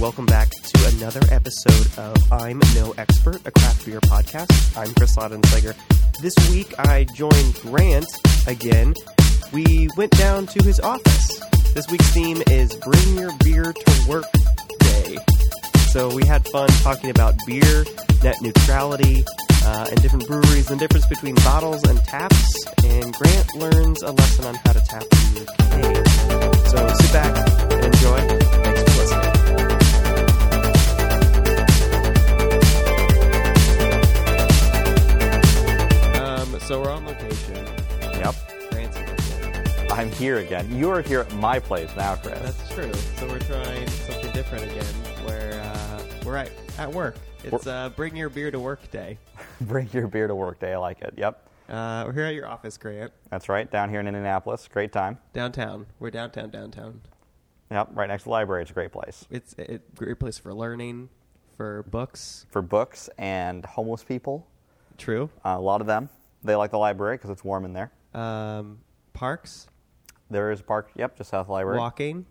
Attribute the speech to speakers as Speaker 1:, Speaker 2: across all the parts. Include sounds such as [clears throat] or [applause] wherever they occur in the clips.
Speaker 1: welcome back to another episode of I'm No Expert, a craft beer podcast. I'm Chris Lodenslager. This week I joined Grant again. We went down to his office. This week's theme is Bring Your Beer to Work Day. So we had fun talking about beer, net neutrality, uh, and different breweries, the difference between bottles and taps, and Grant learns a lesson on how to tap in your cave. So sit back and enjoy. Thanks for listening.
Speaker 2: Um, so we're on location.
Speaker 3: Yep.
Speaker 2: Grant's location.
Speaker 3: I'm here again. You're here at my place now, [laughs] Chris.
Speaker 2: That's true. So we're trying something different again. Where uh, we're at at work. It's uh, bring your beer to work day.
Speaker 3: Bring your beer to work day. I like it. Yep.
Speaker 2: Uh, we're here at your office, Grant,
Speaker 3: That's right. Down here in Indianapolis. Great time.
Speaker 2: downtown. We're downtown, downtown.
Speaker 3: Yep. Right next to the library. It's a great place
Speaker 2: It's a great place for learning, for books.
Speaker 3: for books and homeless people.
Speaker 2: True.
Speaker 3: Uh, a lot of them. They like the library because it's warm in there.
Speaker 2: Um, parks,
Speaker 3: There is a park. Yep. Just south of the library.
Speaker 2: walking.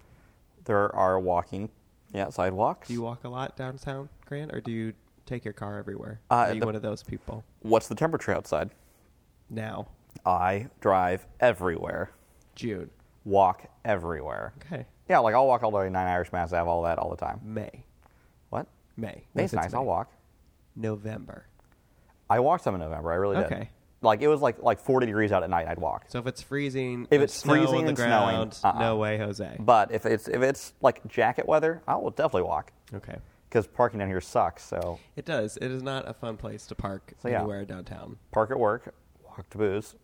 Speaker 3: There are walking. Yeah, sidewalks.
Speaker 2: Do you walk a lot downtown, Grant, or do you take your car everywhere?
Speaker 3: Uh,
Speaker 2: Are you
Speaker 3: the-
Speaker 2: one of those people
Speaker 3: What's the temperature outside?
Speaker 2: now?
Speaker 3: I drive everywhere.
Speaker 2: June.
Speaker 3: Walk everywhere.
Speaker 2: Okay.
Speaker 3: Yeah, like I'll walk all the way to Nine Irish Mass Ave, all that, all the time.
Speaker 2: May.
Speaker 3: What?
Speaker 2: May. What if it's
Speaker 3: That's nice. I'll
Speaker 2: May?
Speaker 3: walk.
Speaker 2: November.
Speaker 3: I walked some in November. I really did.
Speaker 2: Okay.
Speaker 3: Like it was like like 40 degrees out at night. I'd walk.
Speaker 2: So if it's freezing,
Speaker 3: If
Speaker 2: and
Speaker 3: it's
Speaker 2: snow
Speaker 3: freezing
Speaker 2: on the
Speaker 3: and snowing,
Speaker 2: ground,
Speaker 3: uh-uh.
Speaker 2: no way, Jose.
Speaker 3: But if it's if it's like jacket weather, I will definitely walk
Speaker 2: Okay,
Speaker 3: because parking down here sucks. So
Speaker 2: it does. It is not a fun place to park
Speaker 3: So, yeah.
Speaker 2: anywhere downtown.
Speaker 3: park at work, walk to booze.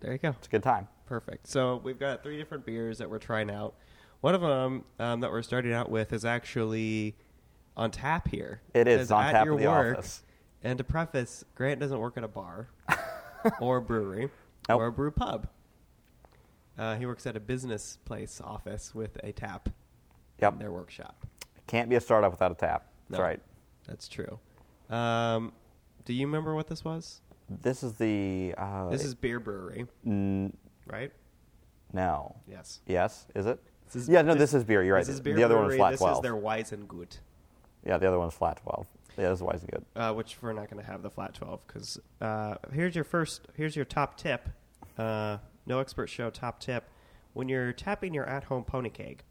Speaker 2: There you go.
Speaker 3: It's a good time.
Speaker 2: Perfect. So we've got three different beers that we're trying out. One of them um, that we're starting out with is actually on tap here.
Speaker 3: It is
Speaker 2: says,
Speaker 3: on
Speaker 2: "At
Speaker 3: tap
Speaker 2: your
Speaker 3: at the
Speaker 2: work."
Speaker 3: office.
Speaker 2: And to preface, Grant doesn't work at a
Speaker 3: [laughs]
Speaker 2: bar [laughs] or brewery
Speaker 3: Nope.
Speaker 2: or a brew pub. Uh, he works at a business place office with a tap in
Speaker 3: [laughs] Yep.
Speaker 2: their workshop.
Speaker 3: Can't be a startup without a tap. That's
Speaker 2: No,
Speaker 3: right.
Speaker 2: That's true. Um, do you remember what this was?
Speaker 3: This is the. Uh,
Speaker 2: This is beer brewery,
Speaker 3: n-
Speaker 2: right?
Speaker 3: no.
Speaker 2: Yes.
Speaker 3: Yes. Is it?
Speaker 2: This is-
Speaker 3: yeah. No. This, is beer. You're right.
Speaker 2: This is beer
Speaker 3: the other
Speaker 2: brewery.
Speaker 3: one is flat
Speaker 2: this
Speaker 3: twelve.
Speaker 2: is their Weizengut,
Speaker 3: Yeah. The other one's flat twelve. Yeah. This is why it's good.
Speaker 2: uh, which we're not going to have the flat twelve because uh, here's your first. Here's your top tip. Uh, no expert show top tip. When you're tapping your at-home pony keg,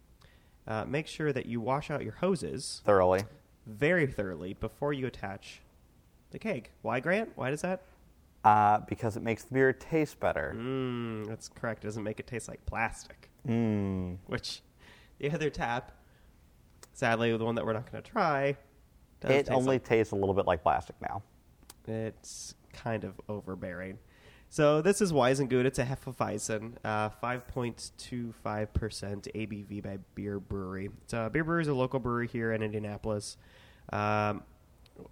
Speaker 2: uh, make sure that you wash out your hoses
Speaker 3: Thoroughly.
Speaker 2: very thoroughly before you attach the keg. Why, Grant? Why does that?
Speaker 3: Uh, because it makes the beer taste better.
Speaker 2: Mm, that's correct. It doesn't make it taste like plastic.
Speaker 3: Mm.
Speaker 2: Which the other tap, sadly, the one that we're not going to try, does
Speaker 3: It
Speaker 2: taste
Speaker 3: only
Speaker 2: like-
Speaker 3: tastes a little bit like plastic now.
Speaker 2: it's kind of overbearing. So this is Weizengut. It's a Hefeweizen, uh, 5.25% ABV by Beer Brewery. It's, uh, beer Brewery is a local brewery here in Indianapolis. Um,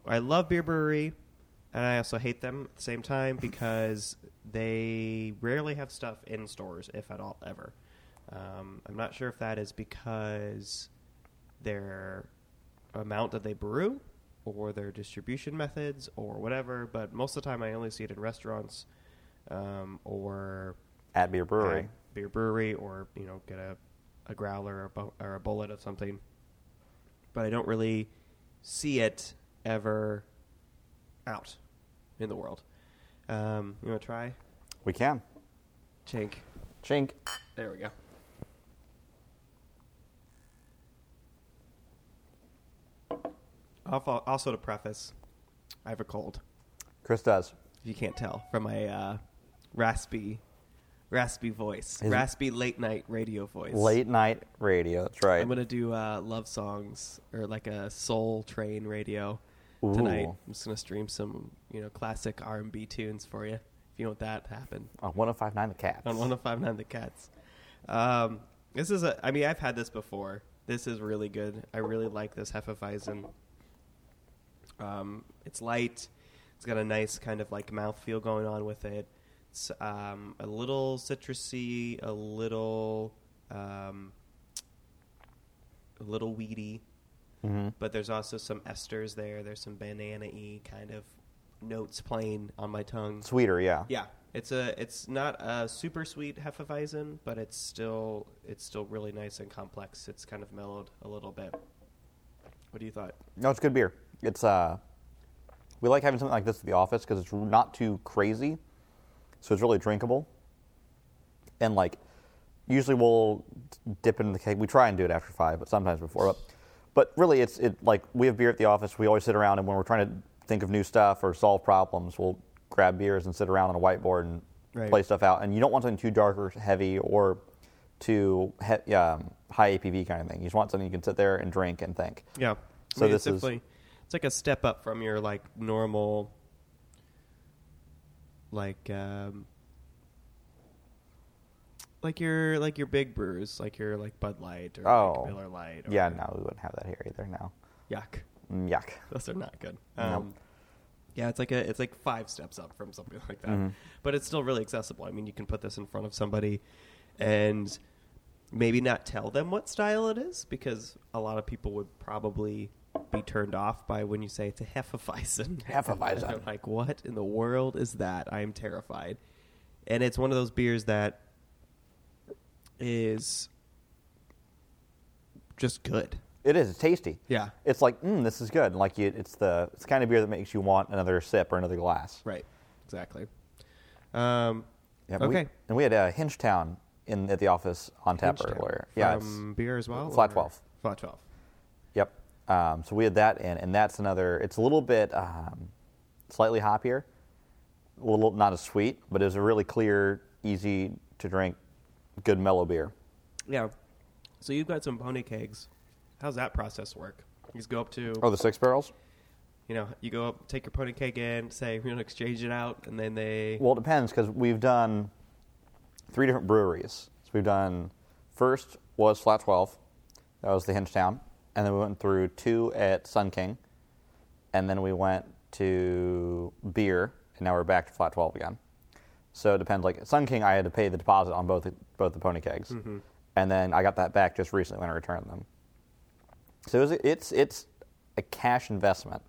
Speaker 2: I love Beer Brewery, and I also hate them at the same time because they rarely have stuff in stores, if at all, ever. Um, I'm not sure if that is because their amount that they brew or their distribution methods or whatever, but most of the time I only see it in restaurants um, or
Speaker 3: At beer brewery.
Speaker 2: at beer brewery or, you know, get a, a growler or a, bu- or a bullet of something. But I don't really see it ever out in the world. Um, you want to try?
Speaker 3: We can.
Speaker 2: Chink.
Speaker 3: Chink.
Speaker 2: There we go. Alfo- Also, to preface, I have a cold.
Speaker 3: Chris does.
Speaker 2: If you can't tell from my uh, raspy, raspy voice,
Speaker 3: Is-
Speaker 2: raspy late night radio voice.
Speaker 3: Late night radio. That's right.
Speaker 2: I'm gonna do uh, love songs or like a soul train radio
Speaker 3: Ooh.
Speaker 2: tonight. I'm just gonna stream some you know classic R&B tunes for you if you want that to happen.
Speaker 3: on 1059 The Cats.
Speaker 2: on 1059 the cats um, this is a i mean i've had this before this is really good i really like this hefeweizen um, it's light it's got a nice kind of like mouthfeel going on with it it's um, a little citrusy a little um, a little weedy
Speaker 3: Mhm.
Speaker 2: but there's also some esters there there's some banana-y kind of notes playing on my tongue
Speaker 3: Sweeter, yeah.
Speaker 2: yeah, it's a it's not a super sweet hefeweizen, but it's still it's still really nice and complex. It's kind of mellowed a little bit. What do you thought?
Speaker 3: No, it's good beer. It's uh, we like having something like this at the office because it's not too crazy, so it's really drinkable. And like, usually we'll dip into the cake. We try and do it after five, but sometimes before. But, but really, it's it like we have beer at the office. We always sit around, and when we're trying to think of new stuff or solve problems, we'll grab beers and sit around on a whiteboard and
Speaker 2: Right.
Speaker 3: play stuff out. And you don't want something too dark or heavy or too he- um, high APV kind of thing. You just want something you can sit there and drink and think.
Speaker 2: Yeah.
Speaker 3: So
Speaker 2: it's
Speaker 3: this is-
Speaker 2: definitely- it's like a step up from your like normal like um like your like your big brews, like your like Bud Light or
Speaker 3: Oh.
Speaker 2: like Miller Light or
Speaker 3: Yeah, no, we wouldn't have that here either. No,
Speaker 2: yuck.
Speaker 3: Mm, yuck.
Speaker 2: Those are not good.
Speaker 3: Nope.
Speaker 2: Um Yeah, it's like a it's like five steps up from something like that.
Speaker 3: Mhm.
Speaker 2: But it's still really accessible. I mean, you can put this in front of somebody and maybe not tell them what style it is because a lot of people would probably be turned off by when you say it's a Hefeweizen.
Speaker 3: Hefeweizen.
Speaker 2: And [laughs] they're like, what in the world is that? I am terrified. And it's one of those beers that is just good.
Speaker 3: It is. It's tasty.
Speaker 2: Yeah.
Speaker 3: It's like, mm, this is good. Like you, it's the it's the kind of beer that makes you want another sip or another glass.
Speaker 2: Right. Exactly. Um,
Speaker 3: Yeah, but we-
Speaker 2: okay.
Speaker 3: and we had a uh, Hinchtown in at the office on tap
Speaker 2: Hinchtown.
Speaker 3: earlier. Yeah. it's-
Speaker 2: From beer as well.
Speaker 3: Flat
Speaker 2: or-
Speaker 3: 12.
Speaker 2: Flat twelve.
Speaker 3: Yep. Um, so we had that in, and that's another. It's a little bit um, slightly hoppier, a little not as sweet, but it's a really clear, easy to drink, good mellow beer.
Speaker 2: Yeah. So you've got some pony kegs. How's that process work? You just go up to
Speaker 3: Oh, the six barrels.
Speaker 2: you know you go up, take your pony keg in, say we don't exchange it out, and then they
Speaker 3: Well, it depends because we've done three different breweries. So we've done first was Flat 12, that was the Hinchtown, and then we went through two at Sun King, and then we went to beer, and now we're back to Flat 12 again. So it depends. Like at Sun King, I had to pay the deposit on both both the pony kegs,
Speaker 2: Mm-hmm.
Speaker 3: and then I got that back just recently when I returned them. So it was, it's it's a cash investment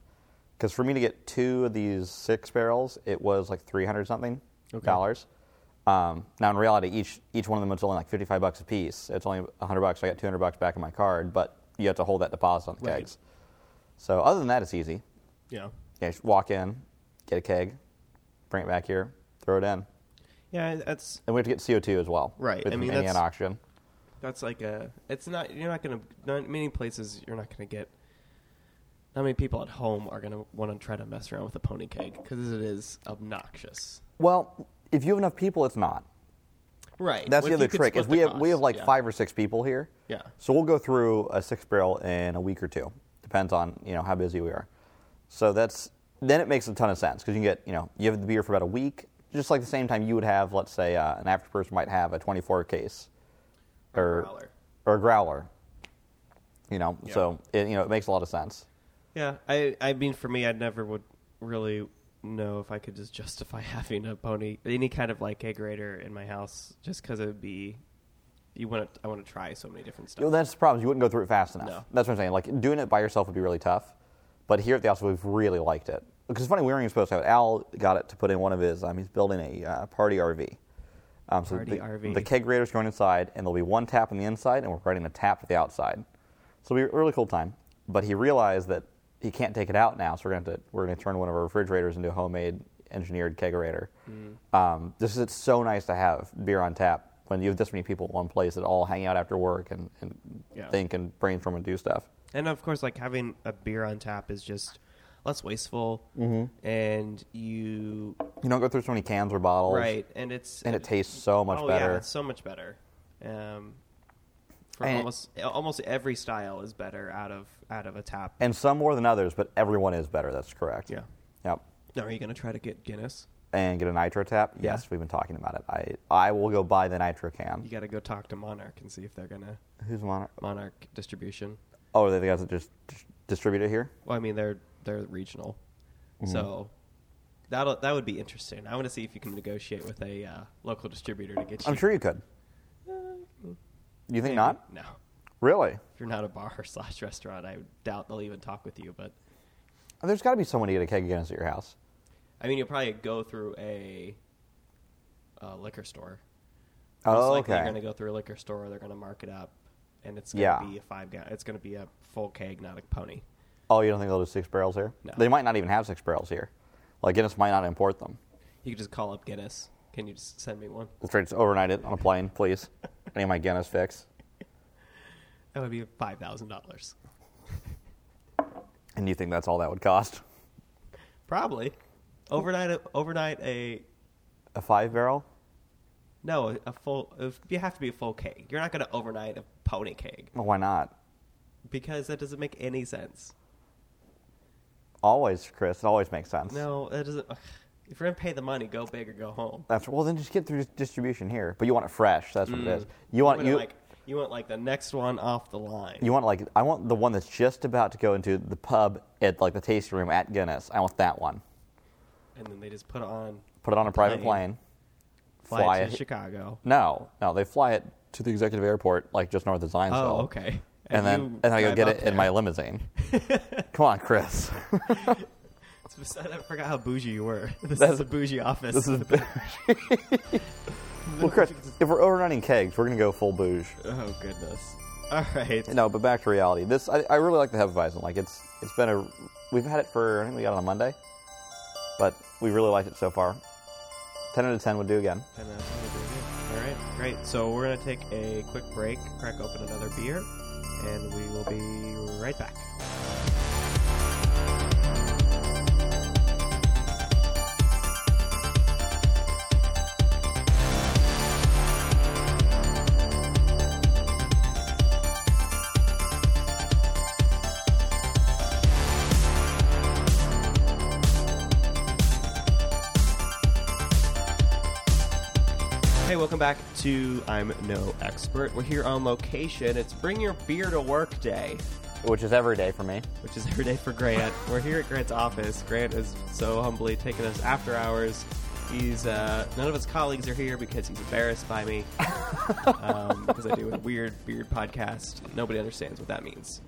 Speaker 3: because for me to get two of these six barrels, it was like three hundred something
Speaker 2: Okay.
Speaker 3: dollars. Um, now in reality, each each one of them was only like fifty five bucks a piece. It's only hundred bucks. So I got two hundred bucks back in my card, but you have to hold that deposit on the
Speaker 2: Right.
Speaker 3: kegs. So other than that, it's easy.
Speaker 2: you know
Speaker 3: Yeah, just walk in, get a keg, bring it back here, throw it in,
Speaker 2: yeah that's
Speaker 3: and we have to get CO two as well.
Speaker 2: Right,
Speaker 3: with
Speaker 2: I mean,
Speaker 3: any
Speaker 2: that's-
Speaker 3: on oxygen.
Speaker 2: that's like a it's not you're not gonna not many places you're not gonna get. Not many people at home are gonna want to try to mess around with a pony keg because it is obnoxious.
Speaker 3: Well, if you have enough people, it's not.
Speaker 2: Right. Well,
Speaker 3: That's the
Speaker 2: if you
Speaker 3: other
Speaker 2: could
Speaker 3: trick. Is
Speaker 2: split
Speaker 3: we
Speaker 2: the
Speaker 3: have we have
Speaker 2: cost,
Speaker 3: like
Speaker 2: yeah.
Speaker 3: five or six people here.
Speaker 2: Yeah.
Speaker 3: So we'll go through a six barrel in a week or two. Depends on you know how busy we are. So that's then it makes a ton of sense because you can get you know you have the beer for about a week, just like the same time you would have let's say uh, an average person might have a 24 case
Speaker 2: Or a
Speaker 3: or
Speaker 2: growler.
Speaker 3: or a growler. You know,
Speaker 2: Yeah.
Speaker 3: so it, you know it makes a lot of sense.
Speaker 2: Yeah, I I mean for me, I never would really know if I could just justify [laughs] having a pony, any kind of like egg grater in my house, just because it would be. You want to, I want to try so many different stuff.
Speaker 3: Well, that's the problem. is You wouldn't go through it fast enough.
Speaker 2: No.
Speaker 3: That's what I'm saying. Like doing it by yourself would be really tough, but here at the office we've really liked it. Because it's funny, we weren't even supposed to have it. Al got it to put in one of his. Um, he's building a uh, party RV. Um, so
Speaker 2: Party
Speaker 3: the,
Speaker 2: RV.
Speaker 3: The kegerator's going inside, and there'll be one tap on the inside, and we're running a tap to the outside. So it'll be a really cool time. But he realized that he can't take it out now, so we're going to we're going to turn one of our refrigerators into a homemade engineered kegerator.
Speaker 2: Mm.
Speaker 3: Um, this is it's so nice to have beer on tap when you have this many people in one place that all hang out after work and, and
Speaker 2: Yeah.
Speaker 3: think and brainstorm and do stuff.
Speaker 2: and of course, like having a beer on tap is just less wasteful,
Speaker 3: Mm-hmm.
Speaker 2: and you
Speaker 3: You don't go through so many cans or bottles,
Speaker 2: right, and it's
Speaker 3: And it tastes so much
Speaker 2: oh,
Speaker 3: better.
Speaker 2: Yeah, it's so much better. Um, for
Speaker 3: And-
Speaker 2: almost almost every style is better out of out of a tap.
Speaker 3: and some more than others, but everyone is better. That's correct.
Speaker 2: Yeah.
Speaker 3: Yep.
Speaker 2: Now, are you going to try to get Guinness?
Speaker 3: And get a nitro tap.
Speaker 2: Yeah.
Speaker 3: Yes, we've been talking about it. I I will go buy the nitro can.
Speaker 2: You got to go talk to Monarch and see if they're gonna
Speaker 3: Who's Monarch?
Speaker 2: Monarch distribution.
Speaker 3: Oh, are they the guys that just dis- distribute it here?
Speaker 2: Well, I mean they're they're regional,
Speaker 3: Mm-hmm.
Speaker 2: so that will that would be interesting. I want to see if you can negotiate with a uh, local distributor to get you.
Speaker 3: I'm sure you could. You think not?
Speaker 2: No,
Speaker 3: Really?
Speaker 2: if you're not a bar [laughs] slash restaurant, I doubt they'll even talk with you. But
Speaker 3: There's got to be someone to get a keg Guinness at your house.
Speaker 2: I mean, you'll probably go through a, uh liquor store. Most
Speaker 3: Oh,
Speaker 2: likely You're
Speaker 3: okay.
Speaker 2: going to go through a liquor store. They're going to mark it up, and it's going
Speaker 3: Yeah.
Speaker 2: to be a five gallon. It's going to be a full keg, not a pony.
Speaker 3: Oh, you don't think they'll do six barrels here?
Speaker 2: No.
Speaker 3: They might not even have six barrels here. Like Guinness might not import them.
Speaker 2: You could just call up Guinness. Can you just send me one?
Speaker 3: Let's just overnight it on a plane,
Speaker 2: [laughs]
Speaker 3: please. I need my Guinness fix.
Speaker 2: That would be five thousand dollars,
Speaker 3: And you think that's all that would cost?
Speaker 2: probably. Overnight, overnight a
Speaker 3: A five barrel?
Speaker 2: no, a full. If you have to be a full keg. You're not going to overnight a pony keg
Speaker 3: Well, why not?
Speaker 2: because that doesn't make any sense.
Speaker 3: Always, Chris. It always makes sense.
Speaker 2: No, that doesn't. ugh. If you're going to pay the money, go big or go home.
Speaker 3: That's well. Then just get through distribution here. But you want it fresh. That's what it is. You want
Speaker 2: wanna,
Speaker 3: you
Speaker 2: Mm-hmm. like you want like the next one off the line.
Speaker 3: you want like I want the one that's just about to go into the pub at like the tasting room at Guinness. I want that one.
Speaker 2: and then they just put it on
Speaker 3: Put it on a private
Speaker 2: Plane.
Speaker 3: plane.
Speaker 2: fly,
Speaker 3: Fly
Speaker 2: it
Speaker 3: it.
Speaker 2: to Chicago.
Speaker 3: No, no, they fly it to the executive airport, like just north of Zionsville.
Speaker 2: Oh, okay. you
Speaker 3: And, then and I go
Speaker 2: drive
Speaker 3: get
Speaker 2: up
Speaker 3: it in my limousine. [laughs]
Speaker 2: [laughs]
Speaker 3: Come on, Chris.
Speaker 2: there. I forgot how bougie you were. [laughs] This
Speaker 3: That's-
Speaker 2: is a bougie office.
Speaker 3: this is
Speaker 2: [laughs]
Speaker 3: [laughs] well, Chris. If we're overrunning kegs, we're gonna go full bouge.
Speaker 2: Oh goodness. All right.
Speaker 3: No, but back to reality. This I, I really like the Hefeweizen. Like it's it's been a we've had it for I think we got it on Monday, but we really liked it so far. Ten out of ten would do again.
Speaker 2: And that's what we're doing. All right, great. So we're gonna take a quick break, crack open another beer, and we will be right back. Hey, welcome back to I'm No Expert. We're here on location. It's Bring Your Beer to Work Day.
Speaker 3: Which is every day for me.
Speaker 2: which is every day for Grant. We're here at Grant's office. Grant is so humbly taking us after hours. He's uh, none of his colleagues are here because he's embarrassed by me um, because I do a weird beard podcast. Nobody understands what that means.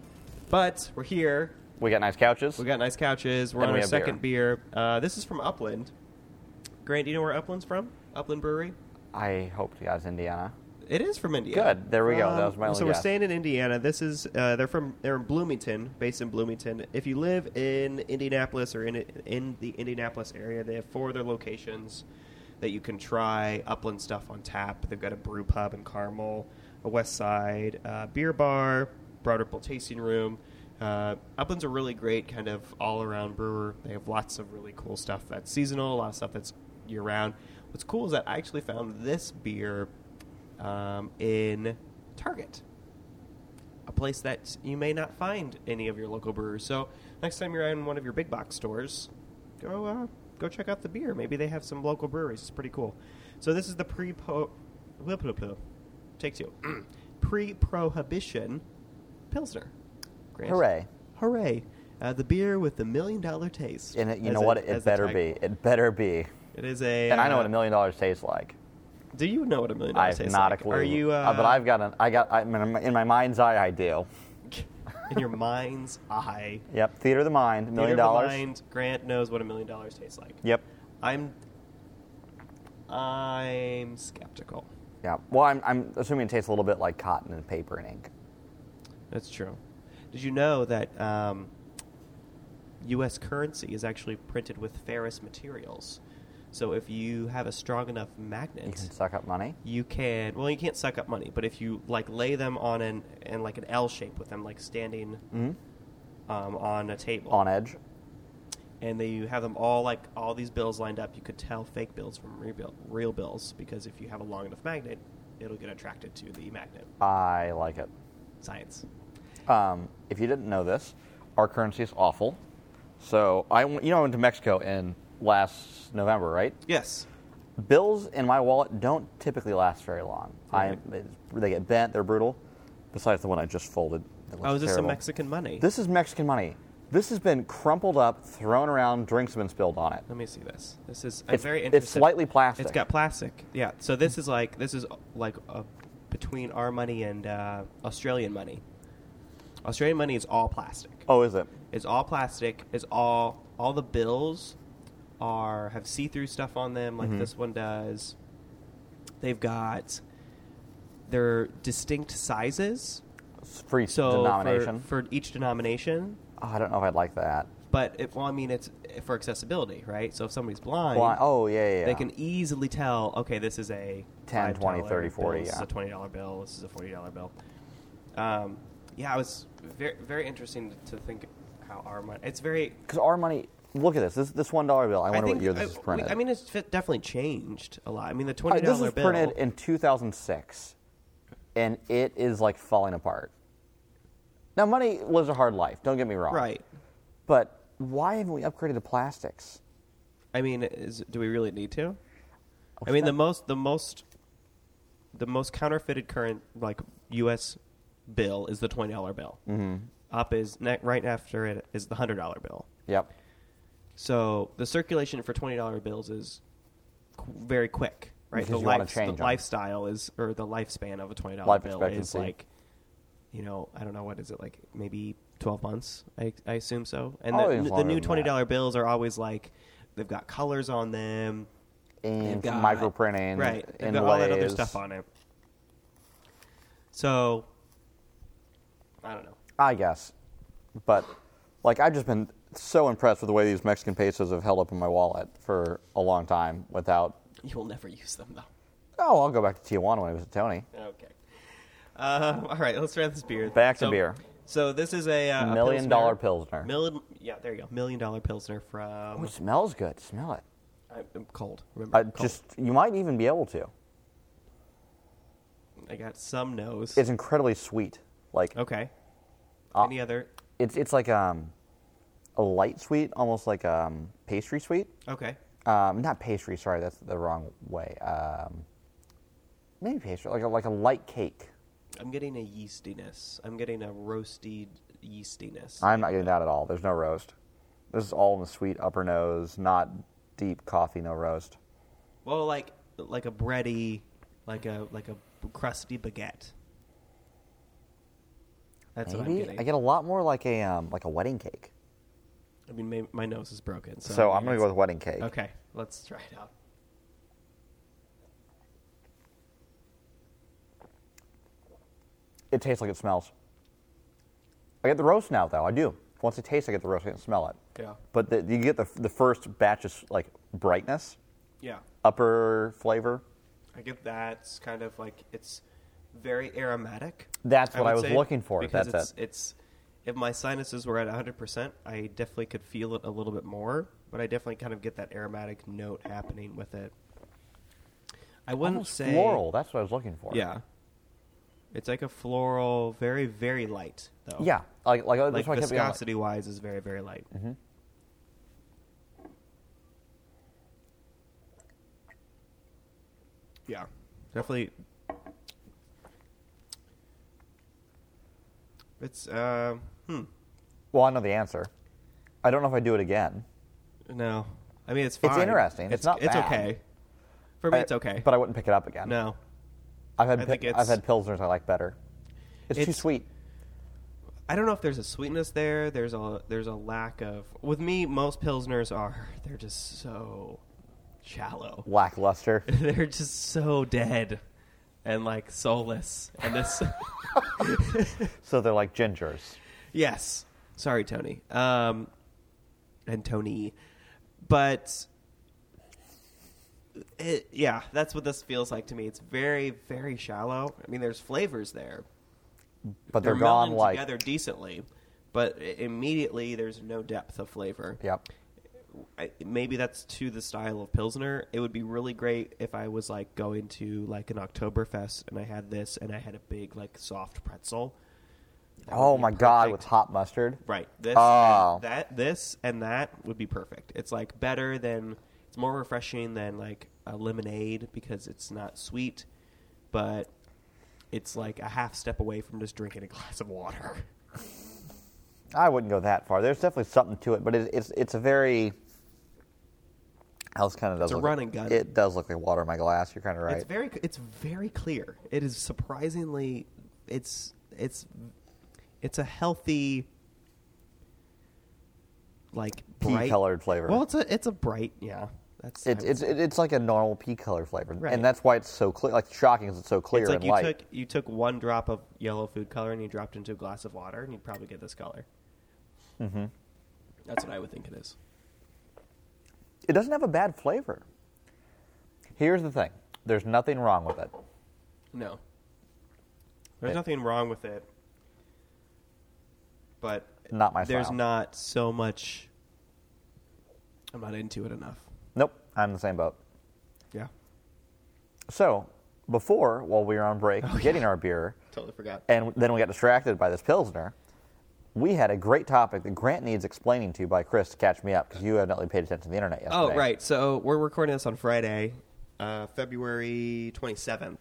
Speaker 2: But we're here.
Speaker 3: We got nice couches.
Speaker 2: We got nice couches. We're
Speaker 3: And
Speaker 2: on
Speaker 3: we
Speaker 2: our
Speaker 3: have
Speaker 2: second beer. Uh, this is from Upland. Grant, do you know where Upland's from? Upland Brewery.
Speaker 3: I hoped you guys Indiana.
Speaker 2: It is from Indiana.
Speaker 3: Good. There we go. That was my only
Speaker 2: Um, So we're
Speaker 3: guess.
Speaker 2: staying in Indiana. This is uh, they're from they're in Bloomington, based in Bloomington. If you live in Indianapolis or in in the Indianapolis area, they have four other locations that you can try Upland stuff on tap. They've got a brew pub in Carmel, a West Side uh, beer bar, broad ripple tasting room. Uh, Upland's a really great kind of all around brewer. They have lots of really cool stuff that's seasonal, a lot of stuff that's year round. What's cool is that I actually found this beer um, in Target, a place that you may not find any of your local brewers. So next time you're in one of your big box stores, go uh, go check out the beer. Maybe they have some local breweries. It's pretty cool. So this is the pre take [clears throat] two pre prohibition pilsner. Grant.
Speaker 3: Hooray!
Speaker 2: Hooray! Uh, the beer with the million dollar taste.
Speaker 3: And it, you
Speaker 2: as
Speaker 3: know
Speaker 2: a-
Speaker 3: what?
Speaker 2: as
Speaker 3: It
Speaker 2: a
Speaker 3: better
Speaker 2: tagline.
Speaker 3: be. It better be.
Speaker 2: It is a.
Speaker 3: And I know
Speaker 2: uh,
Speaker 3: what a million dollars tastes like.
Speaker 2: Do you know what a million
Speaker 3: I
Speaker 2: dollars
Speaker 3: have
Speaker 2: tastes
Speaker 3: not
Speaker 2: like?
Speaker 3: a clue.
Speaker 2: Are you? Uh,
Speaker 3: but I've got an. I got. I, mean, in my mind's eye, I do.
Speaker 2: [laughs] in your mind's eye.
Speaker 3: [laughs] Yep. Theater of the mind.
Speaker 2: Theater
Speaker 3: Million
Speaker 2: of the
Speaker 3: dollars.
Speaker 2: mind, Grant knows what a million dollars tastes like.
Speaker 3: Yep.
Speaker 2: I'm. I'm skeptical.
Speaker 3: Yeah. Well, I'm, I'm assuming it tastes a little bit like cotton and paper and ink.
Speaker 2: That's true. Did you know that um, U.S. currency is actually printed with ferrous materials? So if you have a strong enough magnet,
Speaker 3: You can suck up money.
Speaker 2: you can well you can't suck up money but if you like lay them on an in like an l shape with them like standing
Speaker 3: hmm
Speaker 2: um, on a table
Speaker 3: On edge.
Speaker 2: and they you have them all like all these bills lined up you could tell fake bills from real, real bills because if you have a long enough magnet it'll get attracted to the magnet
Speaker 3: I like it.
Speaker 2: science
Speaker 3: Um, if you didn't know this, our currency is awful. So I, went- you know, I went to Mexico in last November, right?
Speaker 2: yes
Speaker 3: Bills in my wallet don't typically last very long. I, they get bent. They're brutal. Besides the one I just folded. That
Speaker 2: oh
Speaker 3: looks
Speaker 2: is this some
Speaker 3: terrible.
Speaker 2: mexican money
Speaker 3: This is Mexican money. This has been crumpled up, thrown around. Drinks have been spilled on it.
Speaker 2: let me see this this is i'm
Speaker 3: It's-
Speaker 2: very
Speaker 3: it's
Speaker 2: interested
Speaker 3: slightly plastic.
Speaker 2: it's got plastic yeah so this is like this is like uh between our money and uh, australian money australian money is all plastic
Speaker 3: Oh, is it?
Speaker 2: It's all plastic. It's all all the bills are have see through stuff on them, like
Speaker 3: Mhm.
Speaker 2: this one does. They've got their distinct sizes.
Speaker 3: It's free
Speaker 2: So for-
Speaker 3: denomination.
Speaker 2: for, each denomination,
Speaker 3: Oh, I don't know if I'd like that.
Speaker 2: But it, well, I mean, it's for accessibility, right? So if somebody's blind,
Speaker 3: Why- oh, yeah, yeah, yeah.
Speaker 2: they can easily tell. Okay, this is a
Speaker 3: 10, 20,
Speaker 2: $5
Speaker 3: 30,
Speaker 2: bill,
Speaker 3: 40,
Speaker 2: This is
Speaker 3: yeah.
Speaker 2: a twenty dollar bill. This is a forty dollar bill. Um, yeah, it was very very interesting to think how our money. It's very.
Speaker 3: Because our money, look at this. This this one dollar bill. I wonder
Speaker 2: think
Speaker 3: what year this
Speaker 2: I,
Speaker 3: is printed.
Speaker 2: we- I mean, it's fit- definitely changed a lot. I mean, the
Speaker 3: All
Speaker 2: twenty
Speaker 3: right, this
Speaker 2: dollar
Speaker 3: was
Speaker 2: bill.
Speaker 3: printed in 2006, and it is like falling apart. Now, money lives a hard life. Don't get me wrong.
Speaker 2: right.
Speaker 3: But why haven't we upgraded the plastics?
Speaker 2: I mean, is, do we really need to? I mean, the most the most the most counterfeited current like U.S. bill is the twenty dollar bill. Mm-hmm. Up is ne- right after it is the hundred dollar bill.
Speaker 3: Yep.
Speaker 2: So the circulation for twenty dollar bills is qu- very quick, right?
Speaker 3: Because
Speaker 2: the
Speaker 3: you wanna
Speaker 2: life,
Speaker 3: change
Speaker 2: the
Speaker 3: 'em.
Speaker 2: lifestyle is or the lifespan of a twenty dollar
Speaker 3: Life
Speaker 2: bill is
Speaker 3: expectancy.
Speaker 2: like, you know, I don't know what is it like, maybe twelve months. I, I assume so. And
Speaker 3: Oh, even
Speaker 2: the, the
Speaker 3: longer
Speaker 2: new
Speaker 3: than that.
Speaker 2: twenty dollar bills are always like they've got colors on them,
Speaker 3: And
Speaker 2: They've got-
Speaker 3: micro printing.
Speaker 2: right? They've
Speaker 3: In
Speaker 2: got all that other
Speaker 3: ways.
Speaker 2: stuff on it. So I don't know.
Speaker 3: I guess. But, like, I've just been so impressed with the way these Mexican pesos have held up in my wallet for a long time without.
Speaker 2: You will never use them though.
Speaker 3: Oh, I'll go back to Tijuana when I was at Tony.
Speaker 2: Okay. Uh, all right, let's try this beer.
Speaker 3: Back to
Speaker 2: So-
Speaker 3: beer.
Speaker 2: So this is a uh, a
Speaker 3: Million dollar
Speaker 2: pilsner.
Speaker 3: Pilsner.
Speaker 2: Million, yeah, there you go. Million dollar pilsner
Speaker 3: Oh,
Speaker 2: from.
Speaker 3: it smells good. Smell it.
Speaker 2: I'm cold. Remember,
Speaker 3: I
Speaker 2: I'm cold.
Speaker 3: just you might even be able to.
Speaker 2: I got some nose.
Speaker 3: It's incredibly sweet. Like
Speaker 2: okay.
Speaker 3: Ah.
Speaker 2: Any other?
Speaker 3: it's it's like um a light sweet, almost like um pastry sweet.
Speaker 2: Okay.
Speaker 3: Um, not pastry. Sorry, that's the wrong way. Um, maybe pastry, like a, like a light cake.
Speaker 2: I'm getting a yeastiness. I'm getting a roasted yeastiness.
Speaker 3: I'm not getting that at all. There's no roast. This is all in the sweet upper nose, not deep coffee, no roast.
Speaker 2: well, like like a bready, like a like a crusty baguette. That's what I'm
Speaker 3: Maybe
Speaker 2: getting.
Speaker 3: I get a lot more like a um, like a wedding cake.
Speaker 2: I mean, may, my nose is broken. So,
Speaker 3: So, I'm gonna go with wedding cake.
Speaker 2: Okay, let's try it out.
Speaker 3: It tastes like it smells. I get the roast now, though. I do. Once it tastes, I get the roast. I can smell it.
Speaker 2: Yeah.
Speaker 3: But the, you get the, the first batch of like brightness,
Speaker 2: Yeah,
Speaker 3: upper flavor.
Speaker 2: I get that. It's kind of like it's very aromatic.
Speaker 3: That's what I
Speaker 2: would
Speaker 3: was
Speaker 2: say,
Speaker 3: looking for.
Speaker 2: Because
Speaker 3: That's
Speaker 2: it's, it's if my sinuses were at 100%, I definitely could feel it a little bit more, but I definitely kind of get that aromatic note happening with it. I wouldn't
Speaker 3: Almost
Speaker 2: say
Speaker 3: floral. That's what I was looking for.
Speaker 2: Yeah. It's like a floral, very very light though.
Speaker 3: Yeah. Like like, uh, that's
Speaker 2: Like
Speaker 3: what I kept being like- Mm-hmm.
Speaker 2: viscosity wise is very very light. Yeah, definitely. It's uh, hmm.
Speaker 3: Well, I know the answer. I don't know if I do it again.
Speaker 2: No, I mean it's fine.
Speaker 3: interesting. It's not
Speaker 2: It's
Speaker 3: bad.
Speaker 2: okay. For me,
Speaker 3: I-
Speaker 2: it's okay.
Speaker 3: But um, I wouldn't pick it up again.
Speaker 2: no,
Speaker 3: I've had
Speaker 2: I
Speaker 3: pi-
Speaker 2: think it's-
Speaker 3: I've had pilsners I like better. It's, too
Speaker 2: It's-
Speaker 3: sweet.
Speaker 2: I don't know if there's a sweetness there. There's a there's a lack of. With me, most pilsners are [laughs] they're just so shallow. [laughs]
Speaker 3: Lackluster.
Speaker 2: they're just so dead and like soulless. And
Speaker 3: [laughs]
Speaker 2: this,
Speaker 3: so they're like gingers.
Speaker 2: yes, sorry, Tony, um, and Tony, but it, yeah, that's what this feels like to me. It's very, very shallow. I mean, there's flavors there.
Speaker 3: But they're,
Speaker 2: melding
Speaker 3: gone like
Speaker 2: together decently, but i- immediately there's no depth of flavor.
Speaker 3: Yep.
Speaker 2: I, maybe that's to the style of pilsner. It would be really great if I was like going to like an Oktoberfest and I had this and I had a big like soft pretzel. That would
Speaker 3: Oh
Speaker 2: be
Speaker 3: my god,
Speaker 2: perfect.
Speaker 3: with hot mustard.
Speaker 2: right this
Speaker 3: Oh.
Speaker 2: and that this and that would be perfect. It's like better than it's more refreshing than like a lemonade because it's not sweet, but it's like a half step away from just drinking a [laughs] glass of water.
Speaker 3: I wouldn't go that far. There's definitely something to it, but it, it's it's a very. House kind of does.
Speaker 2: a
Speaker 3: look
Speaker 2: run
Speaker 3: like-
Speaker 2: and gun.
Speaker 3: It does look like water in my glass. You're kind of right.
Speaker 2: It's very it's very clear. It is surprisingly it's it's it's a healthy like bright
Speaker 3: Pea-colored flavor.
Speaker 2: Well, it's a it's a bright yeah. That's
Speaker 3: it's
Speaker 2: I would
Speaker 3: it's,
Speaker 2: say.
Speaker 3: it- it's like a normal pea color flavor,
Speaker 2: Right.
Speaker 3: and that's why it's so clear. Like shocking, 'cause it's so clear
Speaker 2: It's like
Speaker 3: and
Speaker 2: you
Speaker 3: light.
Speaker 2: took you took one drop of yellow food color and you dropped into a glass of water and you'd probably get this color.
Speaker 3: Mm-hmm.
Speaker 4: That's what I would think it is.
Speaker 3: It doesn't have a bad flavor. Here's the thing there's nothing wrong with it.
Speaker 4: No.
Speaker 3: Hey.
Speaker 2: There's nothing wrong with it, but
Speaker 3: Not my
Speaker 2: there's
Speaker 3: style.
Speaker 2: not so much.
Speaker 4: I'm not into it enough.
Speaker 3: Nope, I'm in the same boat.
Speaker 2: Yeah,
Speaker 3: So, before, while we were
Speaker 2: [laughs]
Speaker 3: on break,
Speaker 2: Oh,
Speaker 3: getting our beer,
Speaker 2: totally forgot.
Speaker 3: and then we got distracted by this Pilsner, we had a great topic that Grant needs explaining to by Chris to catch me up because you evidently paid attention to the internet yesterday.
Speaker 2: Oh, right. So we're recording this on Friday, uh, February 27th.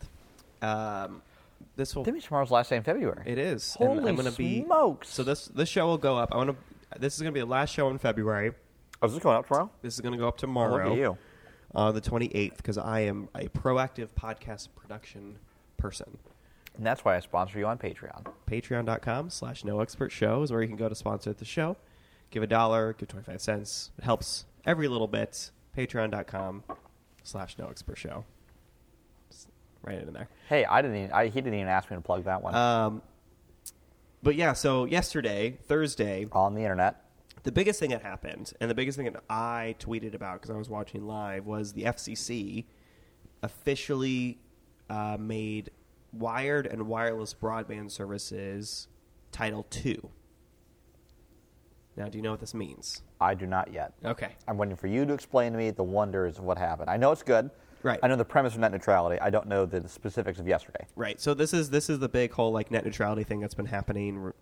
Speaker 2: Um, this will.
Speaker 3: Timmy tomorrow's last day in February.
Speaker 2: It is. and
Speaker 3: Holy
Speaker 2: I'm gonna be,
Speaker 3: smokes.
Speaker 2: So this this show will go up. I want to. This is gonna be the last show in February.
Speaker 3: Oh, is this going up tomorrow?
Speaker 2: This is gonna go up
Speaker 3: Oh,
Speaker 2: tomorrow.
Speaker 3: Look at you.
Speaker 2: Uh, the 28th, because I am a proactive podcast production person.
Speaker 3: And that's why I sponsor you on Patreon.
Speaker 2: patreon.com slash no expert show is where you can go to sponsor the show give a dollar give 25 cents it helps every little bit patreon.com slash no expert show Just write it in there
Speaker 3: Hey, I didn't. Even, I, he didn't even ask me to plug that one
Speaker 2: um, but yeah so yesterday thursday
Speaker 3: on the internet.
Speaker 2: the biggest thing that happened and the biggest thing that i tweeted about because i was watching live was the fcc officially uh, made wired and wireless broadband services title 2 now do you know what this means
Speaker 3: I do not yet.
Speaker 2: okay
Speaker 3: I'm waiting for you to explain to me the wonders of what happened. I know it's good.
Speaker 2: Right.
Speaker 3: I know the premise of net neutrality. I don't know the specifics of yesterday.
Speaker 2: right so this is this is the big whole like net neutrality thing that's been happening r-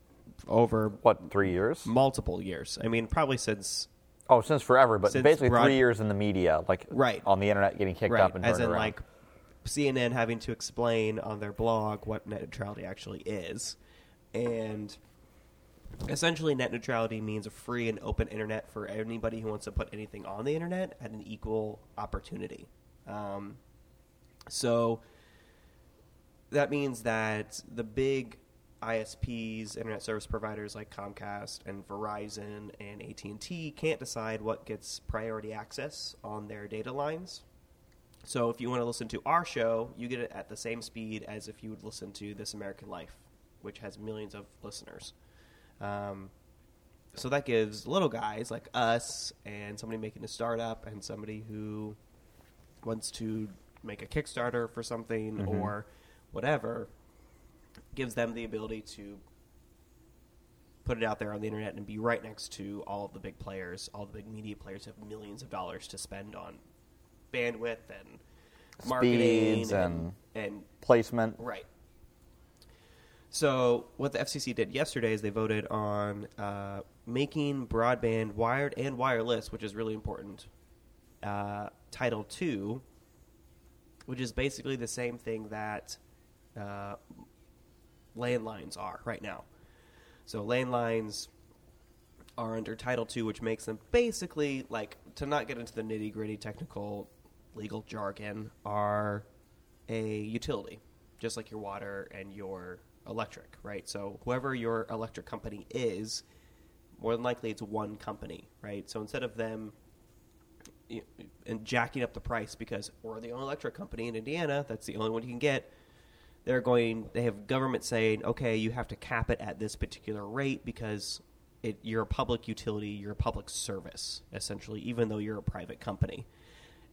Speaker 2: over
Speaker 3: What three years?
Speaker 2: multiple years i mean probably since
Speaker 3: Mm. Oh, since forever, but
Speaker 2: Since
Speaker 3: basically
Speaker 2: broad-
Speaker 3: three years in the media, like
Speaker 2: Right.
Speaker 3: on the internet, getting kicked up and
Speaker 2: as
Speaker 3: turned
Speaker 2: in
Speaker 3: around.
Speaker 2: like CNN having to explain on their blog what net neutrality actually is, and essentially net neutrality means a free and open internet for anybody who wants to put anything on the internet at an equal opportunity. Um, so that means that the big ISPs, internet service providers like Comcast and Verizon and AT&T can't decide what gets priority access on their data lines. So if you want to listen to our show, you get it at the same speed as if you would listen to This American Life, which has millions of listeners. Um, so that gives little guys like us and somebody making a startup and somebody who wants to make a Kickstarter for something or whatever gives them the ability to put it out there on the internet and be right next to all of the big players, all the big media players who have millions of dollars to spend on bandwidth and marketing
Speaker 3: Speeds
Speaker 2: and, and
Speaker 3: placement.
Speaker 2: Right. So what the FCC did yesterday is they voted on uh, making broadband wired and wireless, which is really important. Uh, Title II, which is basically the same thing that uh, landlines are right now. So landlines are under Title II, which makes them basically like to not get into the nitty gritty technical legal jargon, are a utility, just like your water and your electric, right? So whoever your electric company is, more than likely it's one company, right? So instead of them you know, and jacking up the price because we're the only electric company in Indiana, that's the only one you can get. They're going. They have government saying, okay, you have to cap it at this particular rate because it, you're a public utility, you're a public service essentially, even though you're a private company.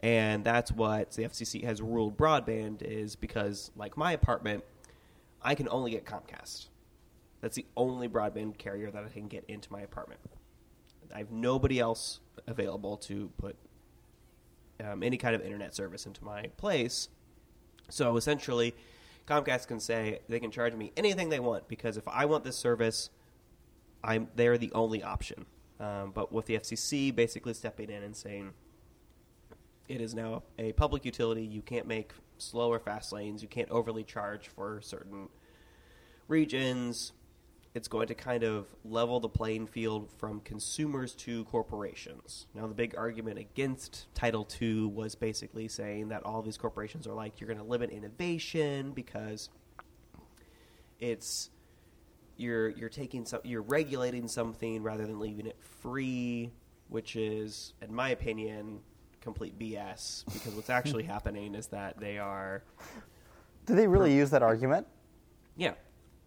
Speaker 2: And that's what the FCC has ruled broadband is because, like my apartment, I can only get Comcast. That's the only broadband carrier that I can get into my apartment. I have nobody else available to put um, any kind of internet service into my place. So essentially, Comcast can say they can charge me anything they want because if I want this service, I'm they're the only option. Um, but with the FCC basically stepping in and saying it is now a public utility, you can't make slow or fast lanes, you can't overly charge for certain regions. It's going to kind of level the playing field from consumers to corporations. Now, the big argument against Title II was basically saying that all these corporations are like, you're going to limit innovation because it's you're you're taking some you're regulating something rather than leaving it free, which is, in my opinion, complete BS. Because what's actually happening is that they are
Speaker 3: Did they really use that argument?
Speaker 2: yeah.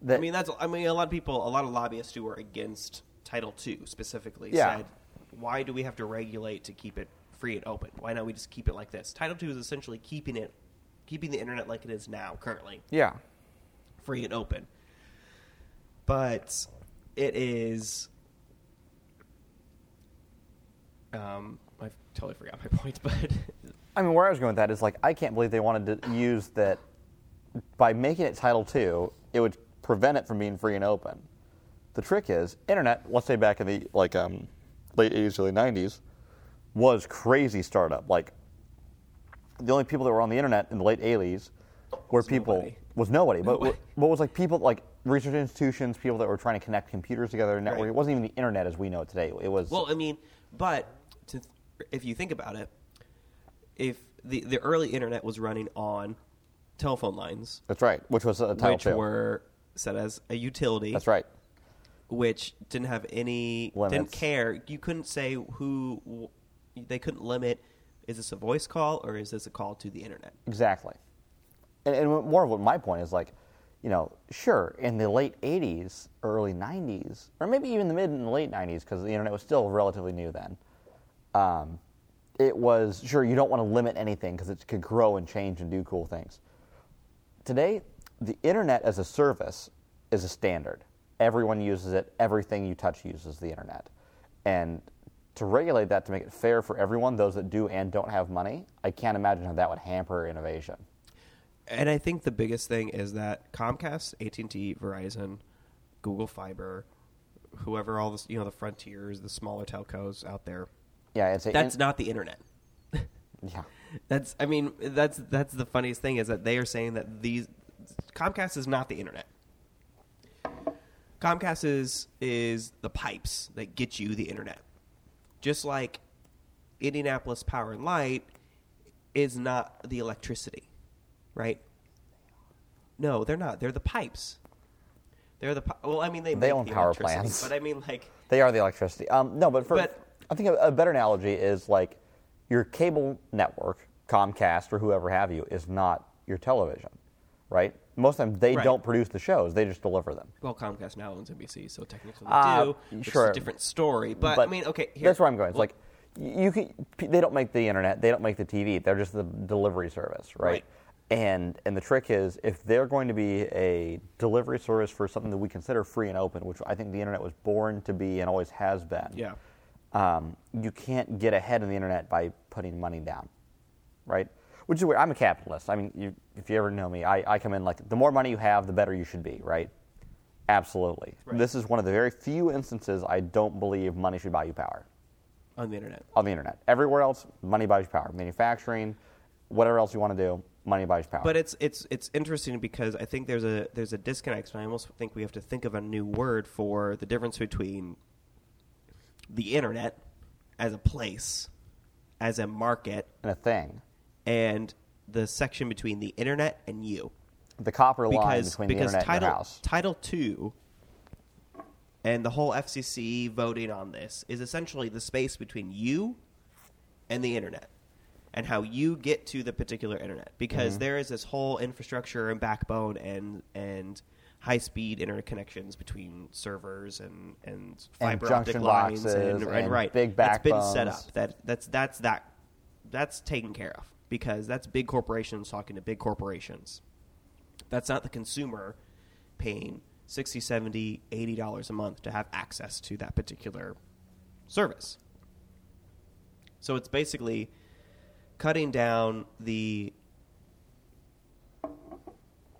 Speaker 3: That-
Speaker 2: I mean, that's. I mean, a lot of people, a lot of lobbyists who were against Title II specifically
Speaker 3: Yeah.
Speaker 2: said, why do we have to regulate to keep it free and open? Why not we just keep it like this? Title II is essentially keeping it, keeping the internet like it is now currently,
Speaker 3: Yeah.
Speaker 2: free and open. But it is. Um, I totally forgot my [laughs] point, but
Speaker 3: I mean, where I was going with that is like, I can't believe they wanted to use that by making it Title II, it would prevent it from being free and open. The trick is, internet, let's say back in the like um, late 80s, early 90s, was crazy startup. Like, the only people that were on the internet in the late 80s were people
Speaker 2: nobody.
Speaker 3: was nobody, but
Speaker 2: Nobody.
Speaker 3: what was like people like research institutions, people that were trying to connect computers together, and network.
Speaker 2: Right.
Speaker 3: It wasn't even the internet as we know it today. It was
Speaker 2: Well, I mean, but to, if you think about it, if the the early internet was running on telephone lines,
Speaker 3: that's right, which was a title
Speaker 2: which
Speaker 3: II.
Speaker 2: were set as a utility,
Speaker 3: that's right.
Speaker 2: which didn't have any didn't
Speaker 3: Limits.
Speaker 2: care. You couldn't say who they couldn't limit. Is this a voice call or is this a call to the internet?
Speaker 3: Exactly. And, and more of what my point is like, you know, sure, in the late 80s, early 90s, or maybe even the mid and late 90s, because the internet was still relatively new then, um, it was, sure, you don't want to limit anything because it could grow and change and do cool things. Today, the internet as a service is a standard. Everyone uses it, everything you touch uses the internet. And to regulate that to make it fair for everyone, those that do and don't have money, I can't imagine how that would hamper innovation.
Speaker 2: and I think the biggest thing is that Comcast, AT and T, Verizon, Google Fiber, whoever all this you know the frontiers, the smaller telcos out there.
Speaker 3: Yeah, it's a,
Speaker 2: That's not the internet.
Speaker 3: yeah.
Speaker 2: That's I mean that's that's the funniest thing is that they are saying that these Comcast is not the internet. Comcast is is the pipes that get you the internet. Just like Indianapolis Power and Light is not the electricity, right? No, they're not. They're the pipes. They're the pi- well. I mean, they
Speaker 3: They
Speaker 2: make
Speaker 3: own
Speaker 2: the
Speaker 3: power
Speaker 2: electricity,
Speaker 3: plants.
Speaker 2: but I mean, like
Speaker 3: They are the electricity. Um, no, but for
Speaker 2: But-
Speaker 3: I think a, a better analogy is like your cable network, Comcast or whoever have you, is not your television, right? Most of the time they
Speaker 2: Right.
Speaker 3: don't produce the shows; they just deliver them.
Speaker 2: well, Comcast now owns NBC, so technically they
Speaker 3: Uh,
Speaker 2: do. Which is
Speaker 3: sure.
Speaker 2: a different story. But, I mean, okay, here,
Speaker 3: that's where I'm going. It's like you can, p- they don't make the internet, they don't make the TV. They're just the delivery service, right?
Speaker 2: Right.
Speaker 3: And and the trick is if they're going to be a delivery service for something that we consider free and open, which I think the internet was born to be and always has been.
Speaker 2: Yeah.
Speaker 3: Um, you can't get ahead in the internet by putting money down, right? Which is where I'm a capitalist. I mean, you, if you ever know me, I, I come in like the more money you have, the better you should be, right? Absolutely.
Speaker 2: Right.
Speaker 3: This is one of the very few instances I don't believe money should buy you power
Speaker 2: on the internet.
Speaker 3: on the internet. Everywhere else, money buys you power. Manufacturing, whatever else you want to do, money buys you power.
Speaker 2: But it's it's it's interesting because I think there's a there's a disconnect, and I almost think we have to think of a new word for the difference between the internet as a place, as a market,
Speaker 3: and a thing.
Speaker 2: and the section between the internet and you.
Speaker 3: The copper line
Speaker 2: Because
Speaker 3: between the
Speaker 2: because
Speaker 3: internet and
Speaker 2: title
Speaker 3: your house.
Speaker 2: Title Two and the whole FCC voting on this is essentially the space between you and the internet and how you get to the particular internet because
Speaker 3: Mm-hmm.
Speaker 2: there is this whole infrastructure and backbone and and high speed internet connections between servers and and
Speaker 3: And
Speaker 2: fiber optic
Speaker 3: junction
Speaker 2: lines and,
Speaker 3: boxes and
Speaker 2: right
Speaker 3: big
Speaker 2: that's been set
Speaker 3: backbones.
Speaker 2: up that that's that's that that's taken care of because that's big corporations talking to big corporations that's not the consumer paying 60 70 80 dollars a month to have access to that particular service so it's basically cutting down the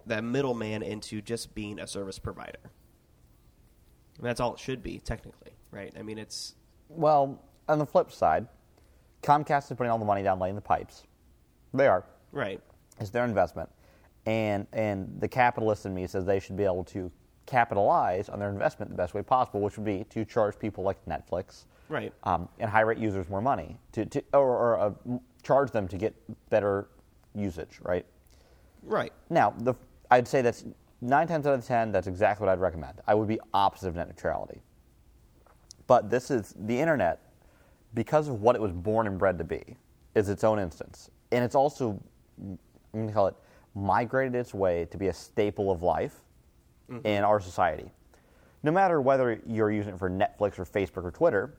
Speaker 2: that middleman into just being a service provider and that's all it should be technically right i mean it's
Speaker 3: Well, on the flip side, Comcast is putting all the money down laying the pipes. They are.
Speaker 2: right
Speaker 3: It's their investment. And and the capitalist in me says they should be able to capitalize on their investment the best way possible, which would be to charge people like Netflix
Speaker 2: Right.
Speaker 3: um, and high rate users more money to, to or, or uh, m- charge them to get better usage, right?
Speaker 2: right
Speaker 3: Now, the, I'd say that's nine times out of ten, that's exactly what I'd recommend. I would be opposite of net neutrality. But this is the internet, because of what it was born and bred to be, is its own instance. And it's also, I'm going to call it, migrated its way to be a staple of life in our society. no matter whether you're using it for Netflix or Facebook or Twitter,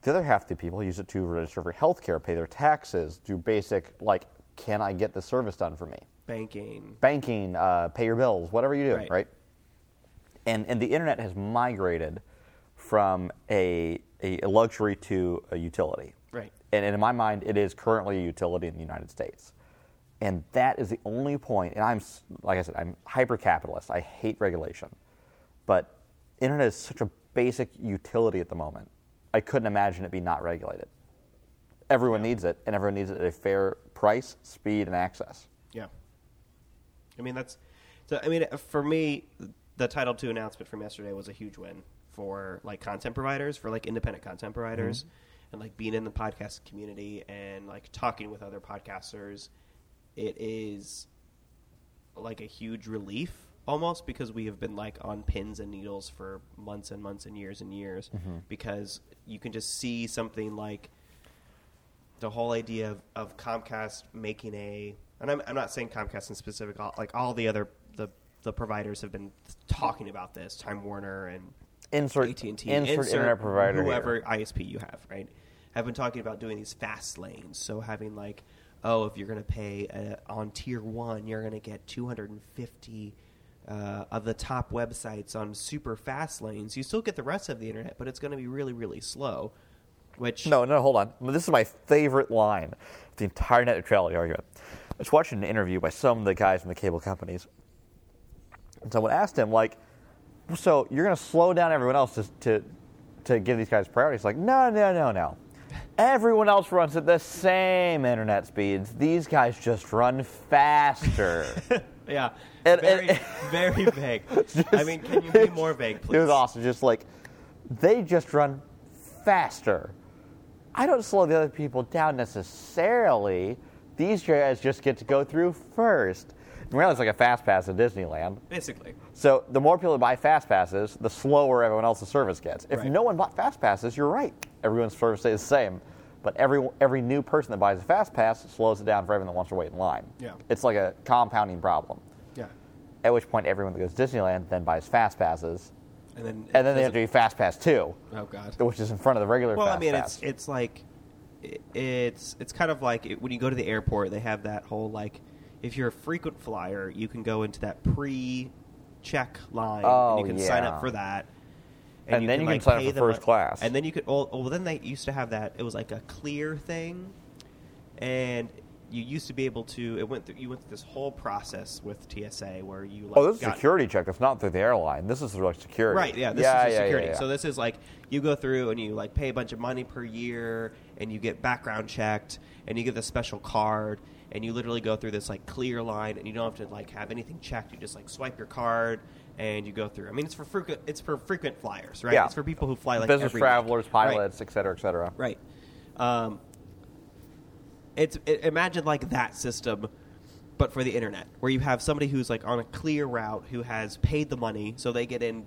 Speaker 3: the other half of the people use it to register for healthcare, pay their taxes, do basic, like, can I get this service done for me?
Speaker 2: Banking.
Speaker 3: Banking, uh, pay your bills, whatever you do,
Speaker 2: Right.
Speaker 3: right? And, and the internet has migrated from a, a luxury to a utility.
Speaker 2: Right.
Speaker 3: And in my mind, it is currently a utility in the United States. And that is the only point, and I'm, s- like I said, I'm hyper capitalist. I hate regulation. But internet is such a basic utility at the moment. I couldn't imagine it be not regulated. Everyone needs it, and everyone needs it at a fair price, speed, and access.
Speaker 2: Yeah. I mean that's so I mean for me the Title II announcement from yesterday was a huge win for like content providers, for like independent content providers and like being in the podcast community and like talking with other podcasters. It is like a huge relief almost because we have been like on pins and needles for months and months and years and years because you can just see something like the whole idea of, of Comcast making a and I'm, I'm not saying Comcast in specific all, like all the other the the providers have been talking about this Time Warner and
Speaker 3: Insert,
Speaker 2: AT&T
Speaker 3: insert, internet provider. here.
Speaker 2: whoever ISP you have right have been talking about doing these fast lanes so having like oh if you're going to pay uh, on tier 1 you're going to get 250 uh, of the top websites on super fast lanes you still get the rest of the internet but it's going to be really really slow which
Speaker 3: No, no, hold on. This is my favorite line of the entire net neutrality argument. I was watching an interview by some of the guys from the cable companies. And someone asked him, like, so you're going to slow down everyone else to, to, to give these guys priority? He's like, no, no, no, no. Everyone else runs at the same internet speeds. These guys just run faster.
Speaker 2: Yeah.
Speaker 3: And-
Speaker 2: very,
Speaker 3: and- [laughs]
Speaker 2: very vague. I mean, can you be more vague, please?
Speaker 3: It was awesome. Just like they just run faster. I don't slow the other people down necessarily. These guys just get to go through first. And Really, it's like a fast pass at Disneyland.
Speaker 2: Basically.
Speaker 3: So the more people that buy fast passes, the slower everyone else's service gets. If
Speaker 2: Right.
Speaker 3: no one bought fast passes, you're right. Everyone's service stays the same. But every every new person that buys a fast pass slows it down for everyone that wants to wait in line.
Speaker 2: Yeah.
Speaker 3: It's like a compounding problem.
Speaker 2: Yeah.
Speaker 3: At which point everyone that goes to Disneyland then buys fast passes
Speaker 4: And then
Speaker 3: and then they have to do Fast Pass two,
Speaker 4: Oh god.
Speaker 3: which is in front of the regular.
Speaker 2: Well,
Speaker 3: fast
Speaker 2: I mean,
Speaker 3: pass.
Speaker 2: it's it's like i- it's it's kind of like it, when you go to the airport, they have that whole like if you're a frequent flyer, you can go into that pre-check line and
Speaker 3: Oh,
Speaker 2: you can sign
Speaker 3: yeah.
Speaker 2: up for that.
Speaker 3: And then you can sign up
Speaker 2: pay
Speaker 3: for
Speaker 2: them
Speaker 3: first class.
Speaker 2: And then you could well, well then they used to have that it was like a clear thing and you used to be able to it went through you went through this whole process with TSA where you like
Speaker 3: oh, this is
Speaker 2: got-
Speaker 3: security check. That's not through the airline. This is through like, security.
Speaker 2: Right. Yeah. This is
Speaker 3: yeah, yeah,
Speaker 2: just security.
Speaker 3: Yeah, yeah.
Speaker 2: So this is like you go through and you like pay a bunch of money per year, and you get background checked, and you get this special card, and you literally go through this like clear line, and you don't have to like have anything checked. You just like swipe your card, and you go through. I mean, it's for frequent. It's for frequent flyers, right?
Speaker 3: Yeah.
Speaker 2: It's for people who fly like
Speaker 3: business
Speaker 2: every week.
Speaker 3: travelers,
Speaker 2: Right.
Speaker 3: pilots, et cetera, et cetera.
Speaker 2: Right. Um, it's i imagine like that system, but for the internet, where you have somebody who's like on a clear route who has paid the money, so they get in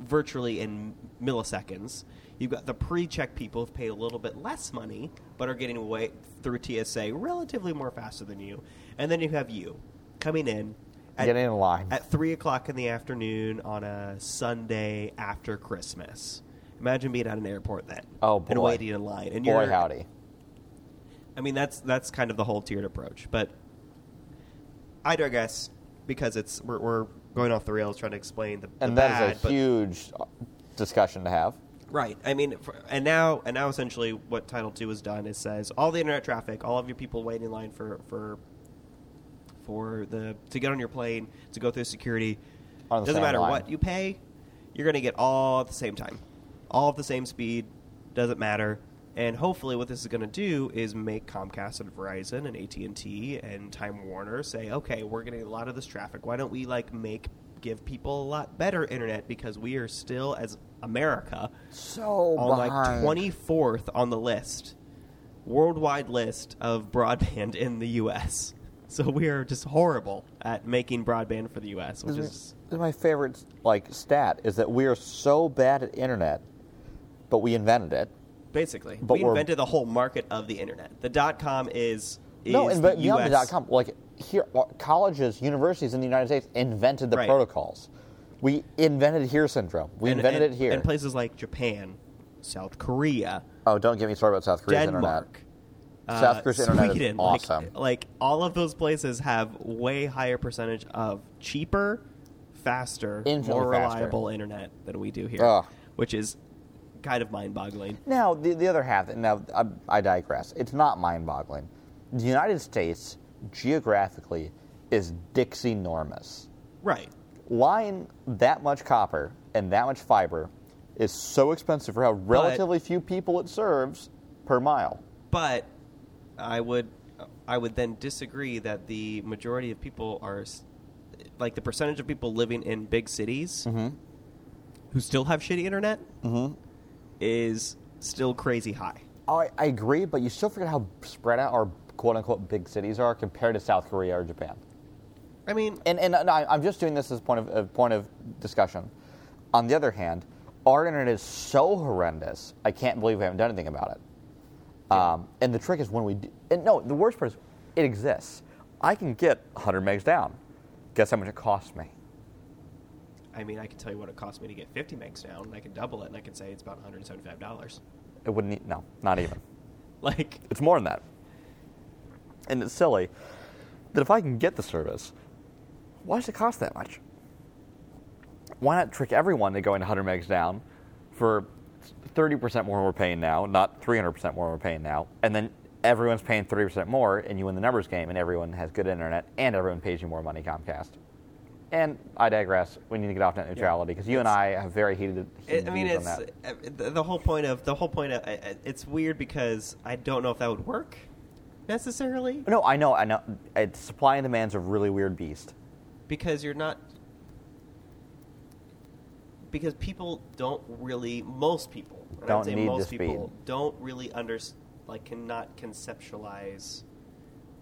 Speaker 2: virtually in milliseconds. You've got the pre-check people who've paid a little bit less money, but are getting away through TSA relatively more faster than you, and then you have you coming in. at-
Speaker 3: Getting in line.
Speaker 2: at three o'clock in the afternoon on a Sunday after Christmas. Imagine being at an airport then.
Speaker 3: Oh,
Speaker 2: And
Speaker 3: boy.
Speaker 2: waiting in line. And
Speaker 3: Boy,
Speaker 2: you're,
Speaker 3: howdy.
Speaker 2: I mean, that's that's kind of the whole tiered approach. But I digress because it's we're, we're going off the rails trying to explain the, the
Speaker 3: And
Speaker 2: bad.
Speaker 3: that is a
Speaker 2: but-
Speaker 3: huge uh, discussion to have.
Speaker 2: Right. I mean, for, and now and now essentially what Title II has done is says all the internet traffic, all of your people waiting in line for for for the to get on your plane to go through security.
Speaker 3: On the
Speaker 2: doesn't
Speaker 3: same
Speaker 2: matter
Speaker 3: line.
Speaker 2: what you pay, you're going to get all at the same time, all at the same speed. Doesn't matter. And hopefully, what this is going to do is make Comcast and Verizon and AT and T and Time Warner say, "Okay, we're getting a lot of this traffic. Why don't we like make give people a lot better internet because we are still as America
Speaker 3: So
Speaker 2: on Oh, like 24th on the list, worldwide list of broadband in the U.S. So we are just horrible at making broadband for the U.S., which
Speaker 3: This
Speaker 2: is
Speaker 3: is, this is my favorite like stat is that we are so bad at internet, but we invented it.
Speaker 2: basically
Speaker 3: But
Speaker 2: we
Speaker 3: we're-
Speaker 2: invented the whole market of the internet. The dot com is, is
Speaker 3: no, and but
Speaker 2: the
Speaker 3: beyond
Speaker 2: US.
Speaker 3: the dot com, like here, uh, colleges, universities in the United States invented the
Speaker 2: Right.
Speaker 3: protocols. We invented here syndrome. We
Speaker 2: and-
Speaker 3: invented
Speaker 2: and-
Speaker 3: it here.
Speaker 2: And places like Japan, South Korea,
Speaker 3: oh, don't get me started about South Korea's internet.
Speaker 2: Denmark, uh,
Speaker 3: South Korea's
Speaker 2: Sweden,
Speaker 3: internet is
Speaker 2: like- uh,
Speaker 3: awesome.
Speaker 2: Like, all of those places have way higher percentage of cheaper, faster,
Speaker 3: Infinitely
Speaker 2: more
Speaker 3: faster.
Speaker 2: reliable internet than we do here,
Speaker 3: Ugh.
Speaker 2: which is kind of mind-boggling.
Speaker 3: Now, the, the other half, now I, I digress. It's not mind boggling. The United States, geographically, is Dixie normous.
Speaker 2: Right.
Speaker 3: Line that much copper and that much fiber is so expensive for how relatively few people it serves per mile.
Speaker 2: But I would I would then disagree that the majority of people are s- like the percentage of people living in big cities
Speaker 3: Mm-hmm.
Speaker 2: who still have shitty internet is still crazy high.
Speaker 3: Oh, I, I agree, but you still forget how spread out our quote unquote big cities are compared to South Korea or Japan.
Speaker 2: I mean,
Speaker 3: And, and no, I'm just doing this as a point of, a point of discussion. On the other hand, our internet is so horrendous, I can't believe we haven't done anything about it. Um, and the trick is when we do, and no, the worst part is it exists. I can get 100 megs down. Guess how much it costs me?
Speaker 2: I mean, I can tell you what it cost me to get 50 megs down. and I can double it, and I can say it's about 175 dollars. [laughs]
Speaker 3: It wouldn't, e- no, not even.
Speaker 2: Like,
Speaker 3: It's more than that. And it's silly that if I can get the service, why does it cost that much? Why not trick everyone to going 100 megs down for 30% more we're paying now, not 300% more we're paying now, and then everyone's paying 30% more, and you win the numbers game, and everyone has good internet, and everyone pays you more money, Comcast. And I digress. We need to get off net neutrality because you and I have very heated.
Speaker 2: it,
Speaker 3: heated
Speaker 2: I mean,
Speaker 3: views
Speaker 2: it's
Speaker 3: on
Speaker 2: uh,
Speaker 3: that.
Speaker 2: the the whole point of the whole point of I- I- it's weird because I don't know if that would work necessarily.
Speaker 3: No, I know, I know. It's supply and demand's a really weird beast.
Speaker 2: because you're not because people don't really most people and I would
Speaker 3: Don't
Speaker 2: say
Speaker 3: need the
Speaker 2: most
Speaker 3: speed.
Speaker 2: people don't really under like cannot conceptualize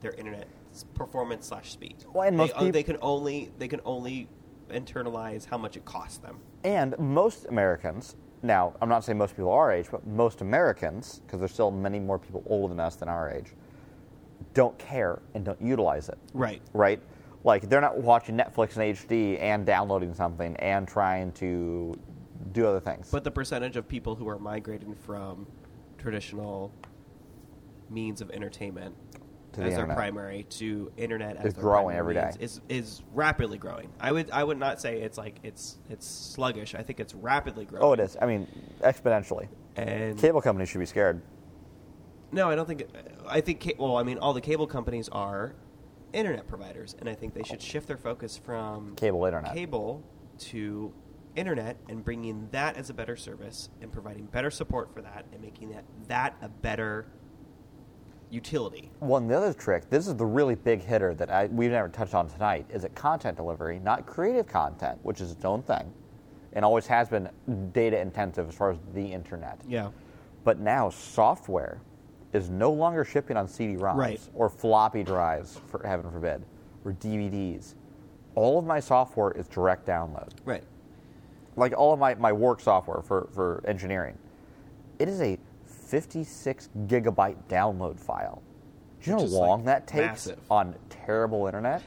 Speaker 2: their internet s- performance slash speed
Speaker 3: Well, and
Speaker 2: they,
Speaker 3: most
Speaker 2: o- they
Speaker 3: peop-
Speaker 2: can only they can only internalize how much it costs them
Speaker 3: And most Americans, now I'm not saying most people our age, but most Americans, because there's still many more people older than us than our age, don't care and don't utilize it,
Speaker 2: right
Speaker 3: right? Like they're not watching Netflix in HD and downloading something and trying to do other things.
Speaker 2: but the percentage of people who are migrating from traditional means of entertainment
Speaker 3: To the
Speaker 2: as their
Speaker 3: internet.
Speaker 2: primary to internet as
Speaker 3: It's
Speaker 2: their
Speaker 3: growing
Speaker 2: primary
Speaker 3: every day.
Speaker 2: means is is rapidly growing. I would I would not say it's like it's it's sluggish. I think it's rapidly growing.
Speaker 3: oh, it is. I mean, exponentially.
Speaker 2: And
Speaker 3: Cable companies should be scared.
Speaker 2: no, I don't think. I think ca- well, I mean, all the cable companies are internet providers, and I think they should shift their focus from
Speaker 3: Cable internet.
Speaker 2: cable to internet and bringing that as a better service and providing better support for that and making that that a better utility.
Speaker 3: Well, and the other trick, this is the really big hitter that I, we've never touched on tonight, is that content delivery, not creative content, which is its own thing, and always has been data intensive as far as the internet.
Speaker 2: Yeah.
Speaker 3: But now software is no longer shipping on CD-ROMs
Speaker 2: Right.
Speaker 3: or floppy drives, for heaven forbid, or DVDs. All of my software is direct download
Speaker 2: Right.
Speaker 3: like all of my, my work software for, for engineering, it is a 56 gigabyte download file. Do you
Speaker 2: Which
Speaker 3: know
Speaker 2: is,
Speaker 3: how long
Speaker 2: like,
Speaker 3: that takes
Speaker 2: massive.
Speaker 3: on terrible internet?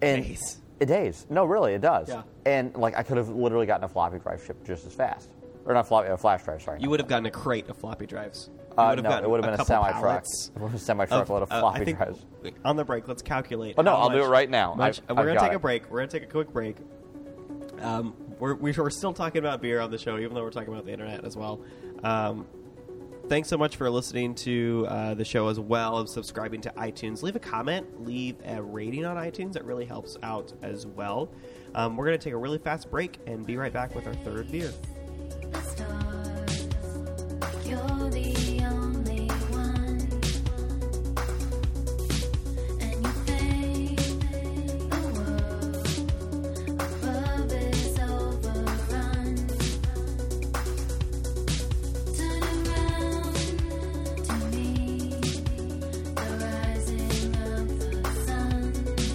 Speaker 3: And
Speaker 2: Days.
Speaker 3: It days. No, really, it does.
Speaker 2: Yeah.
Speaker 3: And like I could have literally gotten a floppy drive shipped just as fast, or not floppy, a flash drive. Sorry.
Speaker 2: You would have gotten a crate of floppy drives. You
Speaker 3: Uh,
Speaker 2: would've
Speaker 3: no,
Speaker 2: gotten
Speaker 3: it would have been a
Speaker 2: couple
Speaker 3: semi truck.
Speaker 2: pallets
Speaker 3: It was a semi truck load of
Speaker 2: uh, I
Speaker 3: floppy
Speaker 2: think-
Speaker 3: drives.
Speaker 2: wait, On the break, let's calculate.
Speaker 3: Oh, no,
Speaker 2: how
Speaker 3: I'll do
Speaker 2: much-
Speaker 3: it right now.
Speaker 2: much-
Speaker 3: I've-
Speaker 2: we're
Speaker 3: I've
Speaker 2: gonna
Speaker 3: got
Speaker 2: take a
Speaker 3: it.
Speaker 2: break. We're gonna take a quick break. Um, we're we- we're still talking about beer on the show, even though we're talking about the internet as well. Um, thanks so much for listening to uh, the show as well and subscribing to iTunes. Leave a comment, leave a rating on iTunes. That really helps out as well. Um, we're gonna take a really fast break and be right back with our third beer.
Speaker 5: Stars, you're the only one, and you paint the world above is overrun. Turn around to me, the rising of the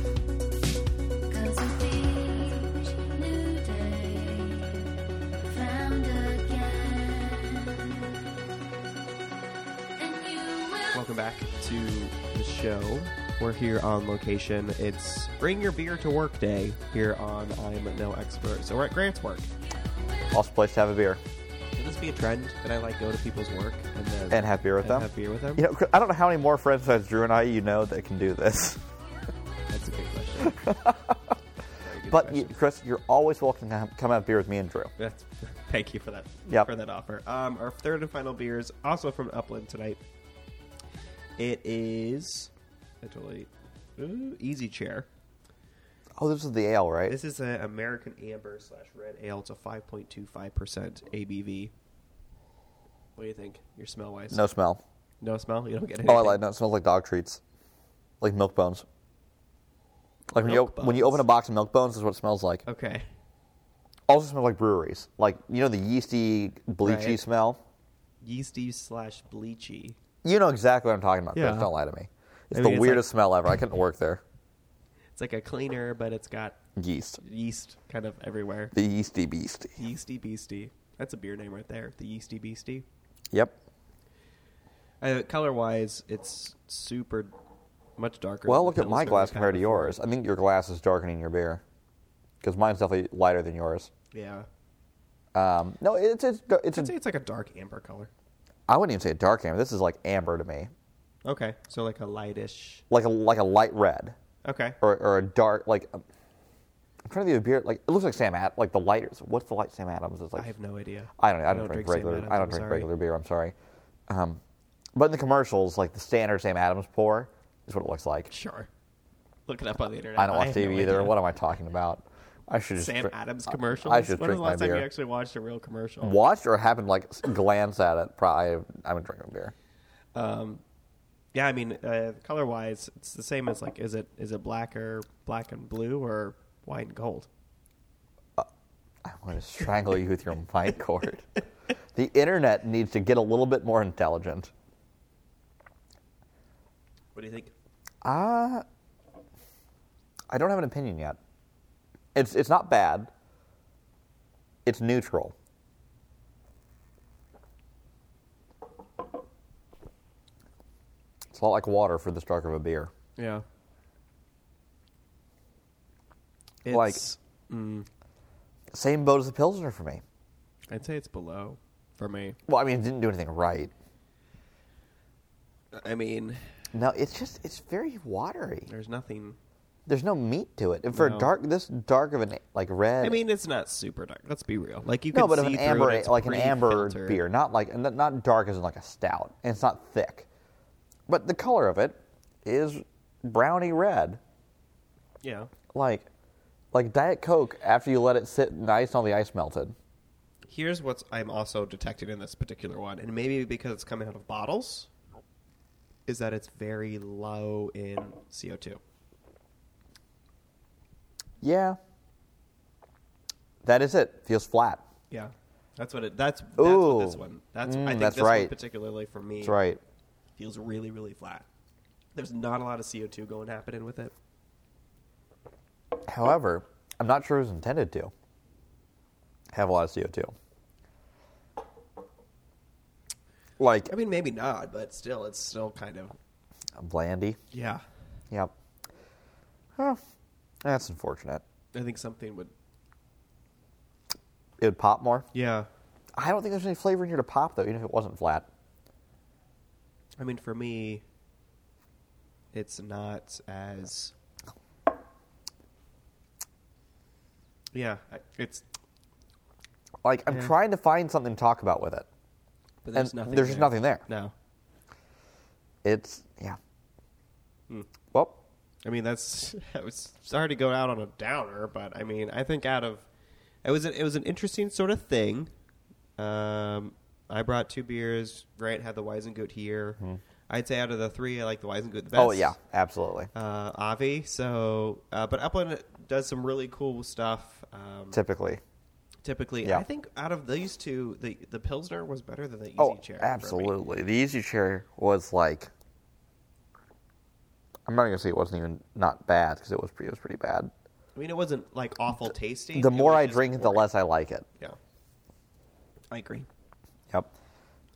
Speaker 5: sun, 'cause with each new day found again. And you will
Speaker 2: Welcome back to the show.
Speaker 4: We're here on location. It's Bring Your Beer to Work Day here on I'm No Expert. So we're at Grant's Work.
Speaker 3: Awesome place to have a beer
Speaker 4: Could this be a trend? Could I like go to people's work and then
Speaker 3: and have beer with
Speaker 4: and
Speaker 3: them.
Speaker 4: have beer with them?
Speaker 3: You know, I don't know how many more friends besides Drew and I you know that can do this. [laughs]
Speaker 4: That's a good question. Very good
Speaker 3: But you,
Speaker 4: question.
Speaker 3: Chris, you're always welcome to have- come have beer with me and Drew.
Speaker 4: That's, thank you for that.
Speaker 3: Yep.
Speaker 4: For that offer. Um, our third and final beer is also from Upland tonight. It is. I totally. Ooh, easy chair.
Speaker 3: Oh, this is the ale, right?
Speaker 4: This is an American Amber slash Red Ale. It's a 5.25% ABV. What do you think? Your smell wise?
Speaker 3: no smell.
Speaker 4: No smell? You don't get anything.
Speaker 3: Oh, I lied. No, it smells like dog treats, like milk bones. Like when you
Speaker 4: Milk
Speaker 3: op- when you open a
Speaker 4: bones.
Speaker 3: box of milk bones, is what it smells like.
Speaker 4: Okay.
Speaker 3: Also smells like breweries, like you know the yeasty bleachy
Speaker 4: Right.
Speaker 3: smell.
Speaker 4: Yeasty slash bleachy.
Speaker 3: You know exactly what I'm talking about.
Speaker 4: Yeah.
Speaker 3: Chris. Don't lie to me. It's
Speaker 4: I
Speaker 3: the
Speaker 4: mean, it's
Speaker 3: weirdest smell ever. I couldn't work there.
Speaker 4: It's like a cleaner, but it's got
Speaker 3: Yeast,
Speaker 4: yeast kind of everywhere.
Speaker 3: the yeasty beastie.
Speaker 4: Yeasty Beastie. That's a beer name right there. The Yeasty Beastie.
Speaker 3: Yep.
Speaker 4: Uh, color wise, it's super much darker.
Speaker 3: Well,
Speaker 4: than
Speaker 3: look
Speaker 4: the
Speaker 3: at my
Speaker 4: Pillsbury
Speaker 3: glass
Speaker 4: we had
Speaker 3: compared to
Speaker 4: before.
Speaker 3: yours. I think your glass is darkening your beer because mine's definitely lighter than yours.
Speaker 4: Yeah,
Speaker 3: Um, no, it's it's it's.
Speaker 4: I'd say
Speaker 3: A,
Speaker 4: it's like a dark amber color.
Speaker 3: I wouldn't even say a dark amber. This is like amber to me,
Speaker 4: Okay, so like a lightish.
Speaker 3: like a like a light red.
Speaker 4: Okay,
Speaker 3: or, or a dark like um, I'm trying to think of a beer like it looks like Sam Ad like the lighters. What's the light Sam Adams? It's like
Speaker 4: I have no idea.
Speaker 3: I don't know. I don't, drink,
Speaker 4: Sam
Speaker 3: regular.
Speaker 4: Adams,
Speaker 3: I
Speaker 4: I'm
Speaker 3: don't drink
Speaker 4: sorry.
Speaker 3: regular beer. I'm sorry. Um, but in the commercials, like the standard Sam Adams pour is what it looks like.
Speaker 4: Sure, look it up on the internet.
Speaker 3: I don't watch
Speaker 4: have
Speaker 3: TV
Speaker 4: no
Speaker 3: either.
Speaker 4: idea.
Speaker 3: What am I talking about? I should just
Speaker 4: Sam
Speaker 3: drink-
Speaker 4: Adams
Speaker 3: I-
Speaker 4: commercials.
Speaker 3: I should
Speaker 4: when was
Speaker 3: drink
Speaker 4: the
Speaker 3: my
Speaker 4: last time you
Speaker 3: beer.
Speaker 4: actually watched a real commercial?
Speaker 3: Watched or happened like s- glance at it. Probably I haven't drinking beer.
Speaker 4: Yeah, I mean, uh, color wise, it's the same as like, is it is it black or black and blue or white and gold?
Speaker 3: I'm going to strangle you with your mic cord. The internet needs to get a little bit more intelligent.
Speaker 4: What do you think?
Speaker 3: Uh, I don't have an opinion yet. It's it's not bad. It's neutral. It's a lot like water for this dark of a beer.
Speaker 4: Yeah. It's,
Speaker 3: Like-
Speaker 4: mm,
Speaker 3: Same boat as the Pilsner for me.
Speaker 4: I'd say it's below for me.
Speaker 3: Well, I mean, it didn't do anything right.
Speaker 4: I mean,
Speaker 3: No, it's just it's very watery.
Speaker 4: there's nothing.
Speaker 3: There's no meat to it. And for
Speaker 4: No.
Speaker 3: a dark this dark of an like red.
Speaker 4: I mean, it's not super dark. Let's be real. Like you can
Speaker 3: no, but of
Speaker 4: see
Speaker 3: an
Speaker 4: through
Speaker 3: amber
Speaker 4: it, it's
Speaker 3: like an
Speaker 4: pretty
Speaker 3: amber
Speaker 4: filtered.
Speaker 3: beer, not like not, not dark as in like a stout, and it's not thick, but the color of it is browny red,
Speaker 4: Yeah.
Speaker 3: like like Diet Coke after you let it sit in ice and all the ice melted.
Speaker 4: Here's what I'm also detecting in this particular one, and maybe because it's coming out of bottles, is that it's very low in CO2.
Speaker 3: Yeah, that is it. Feels flat.
Speaker 4: Yeah, that's what it. That's that's
Speaker 3: Ooh.
Speaker 4: what this one. That's
Speaker 3: Mm,
Speaker 4: I think
Speaker 3: that's
Speaker 4: this one
Speaker 3: right.
Speaker 4: particularly for me.
Speaker 3: That's right.
Speaker 4: Feels really really flat. There's not a lot of CO2 going happening with it.
Speaker 3: However, I'm not sure it was intended to have a lot of CO two. Like
Speaker 4: I mean, maybe not, but still, it's still kind of
Speaker 3: blandy.
Speaker 4: yeah.
Speaker 3: Yep. Huh. That's unfortunate.
Speaker 4: I think something would
Speaker 3: It would pop more.
Speaker 4: yeah.
Speaker 3: I don't think there's any flavor in here to pop though, even if it wasn't flat.
Speaker 4: I mean, for me, it's not as yeah. I- It's
Speaker 3: Like I'm trying to find something to talk about with it.
Speaker 6: But there's
Speaker 3: and
Speaker 6: nothing.
Speaker 3: there's just
Speaker 6: there.
Speaker 3: nothing there.
Speaker 4: no.
Speaker 3: It's yeah. Well,
Speaker 4: I mean, that's [laughs] I was sorry to go out on a downer, but I mean, I think out of it was it was an interesting sort of thing. Um, I brought two beers. Grant had the Weizengut here. I'd say out of the three, I like the Weizengut the best.
Speaker 3: Mm-hmm. oh yeah, absolutely.
Speaker 4: uh, Avi. So, uh, but Upland does some really cool stuff. Um,
Speaker 3: Typically.
Speaker 4: typically,
Speaker 3: yeah.
Speaker 4: I think out of these two, the the Pilsner was better than the Easy
Speaker 3: Oh,
Speaker 4: Chair. for me.
Speaker 3: absolutely. The easy chair was like I'm not gonna say it wasn't even not bad because it was pretty, it was pretty bad.
Speaker 4: I mean, it wasn't like awful tasting.
Speaker 3: The
Speaker 4: It
Speaker 3: more
Speaker 4: was
Speaker 3: I
Speaker 4: just
Speaker 3: drink it, the
Speaker 4: boring.
Speaker 3: less I like it.
Speaker 4: Yeah, I agree.
Speaker 3: Yep.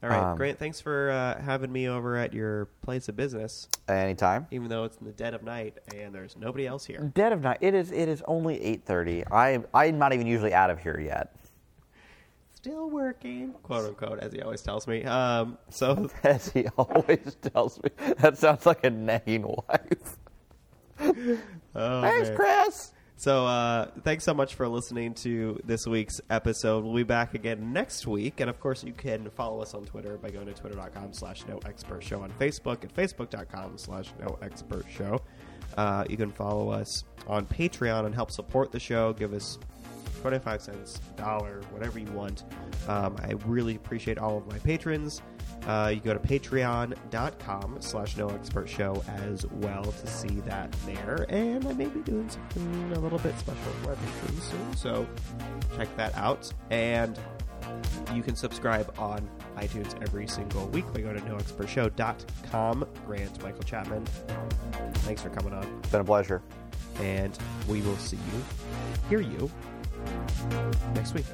Speaker 4: All right,
Speaker 3: Um,
Speaker 4: Grant. Thanks for uh, having me over at your place of business,
Speaker 3: Anytime.
Speaker 4: even though it's in the dead of night and there's nobody else here.
Speaker 3: Dead of night. It is. It is only eight thirty. I I'm not even usually out of here yet. [laughs]
Speaker 4: Still working, quote unquote, as he always tells me. Um,
Speaker 3: [laughs]
Speaker 4: so
Speaker 3: As he always tells me. That sounds like a nagging wife.
Speaker 4: Oh,
Speaker 3: Thanks,
Speaker 4: man.
Speaker 3: Chris.
Speaker 4: So uh, thanks so much for listening to this week's episode. We'll be back again next week. And of course, you can follow us on Twitter by going to twitter.com slash no expert show on Facebook at facebook.com slash no expert show. Uh, you can follow us on Patreon and help support the show. Give us 25 cents, dollar, whatever you want. Um, I really appreciate all of my patrons. Uh, you go to patreon.com slash no expert show as well to see that there. And I may be doing something a little bit special for my patrons soon, so check that out. And you can subscribe on iTunes every single week by going to noexpertshow.com. Grant Michael Chapman, thanks for coming on.
Speaker 3: Been a pleasure.
Speaker 4: And we will see you, hear you, next week.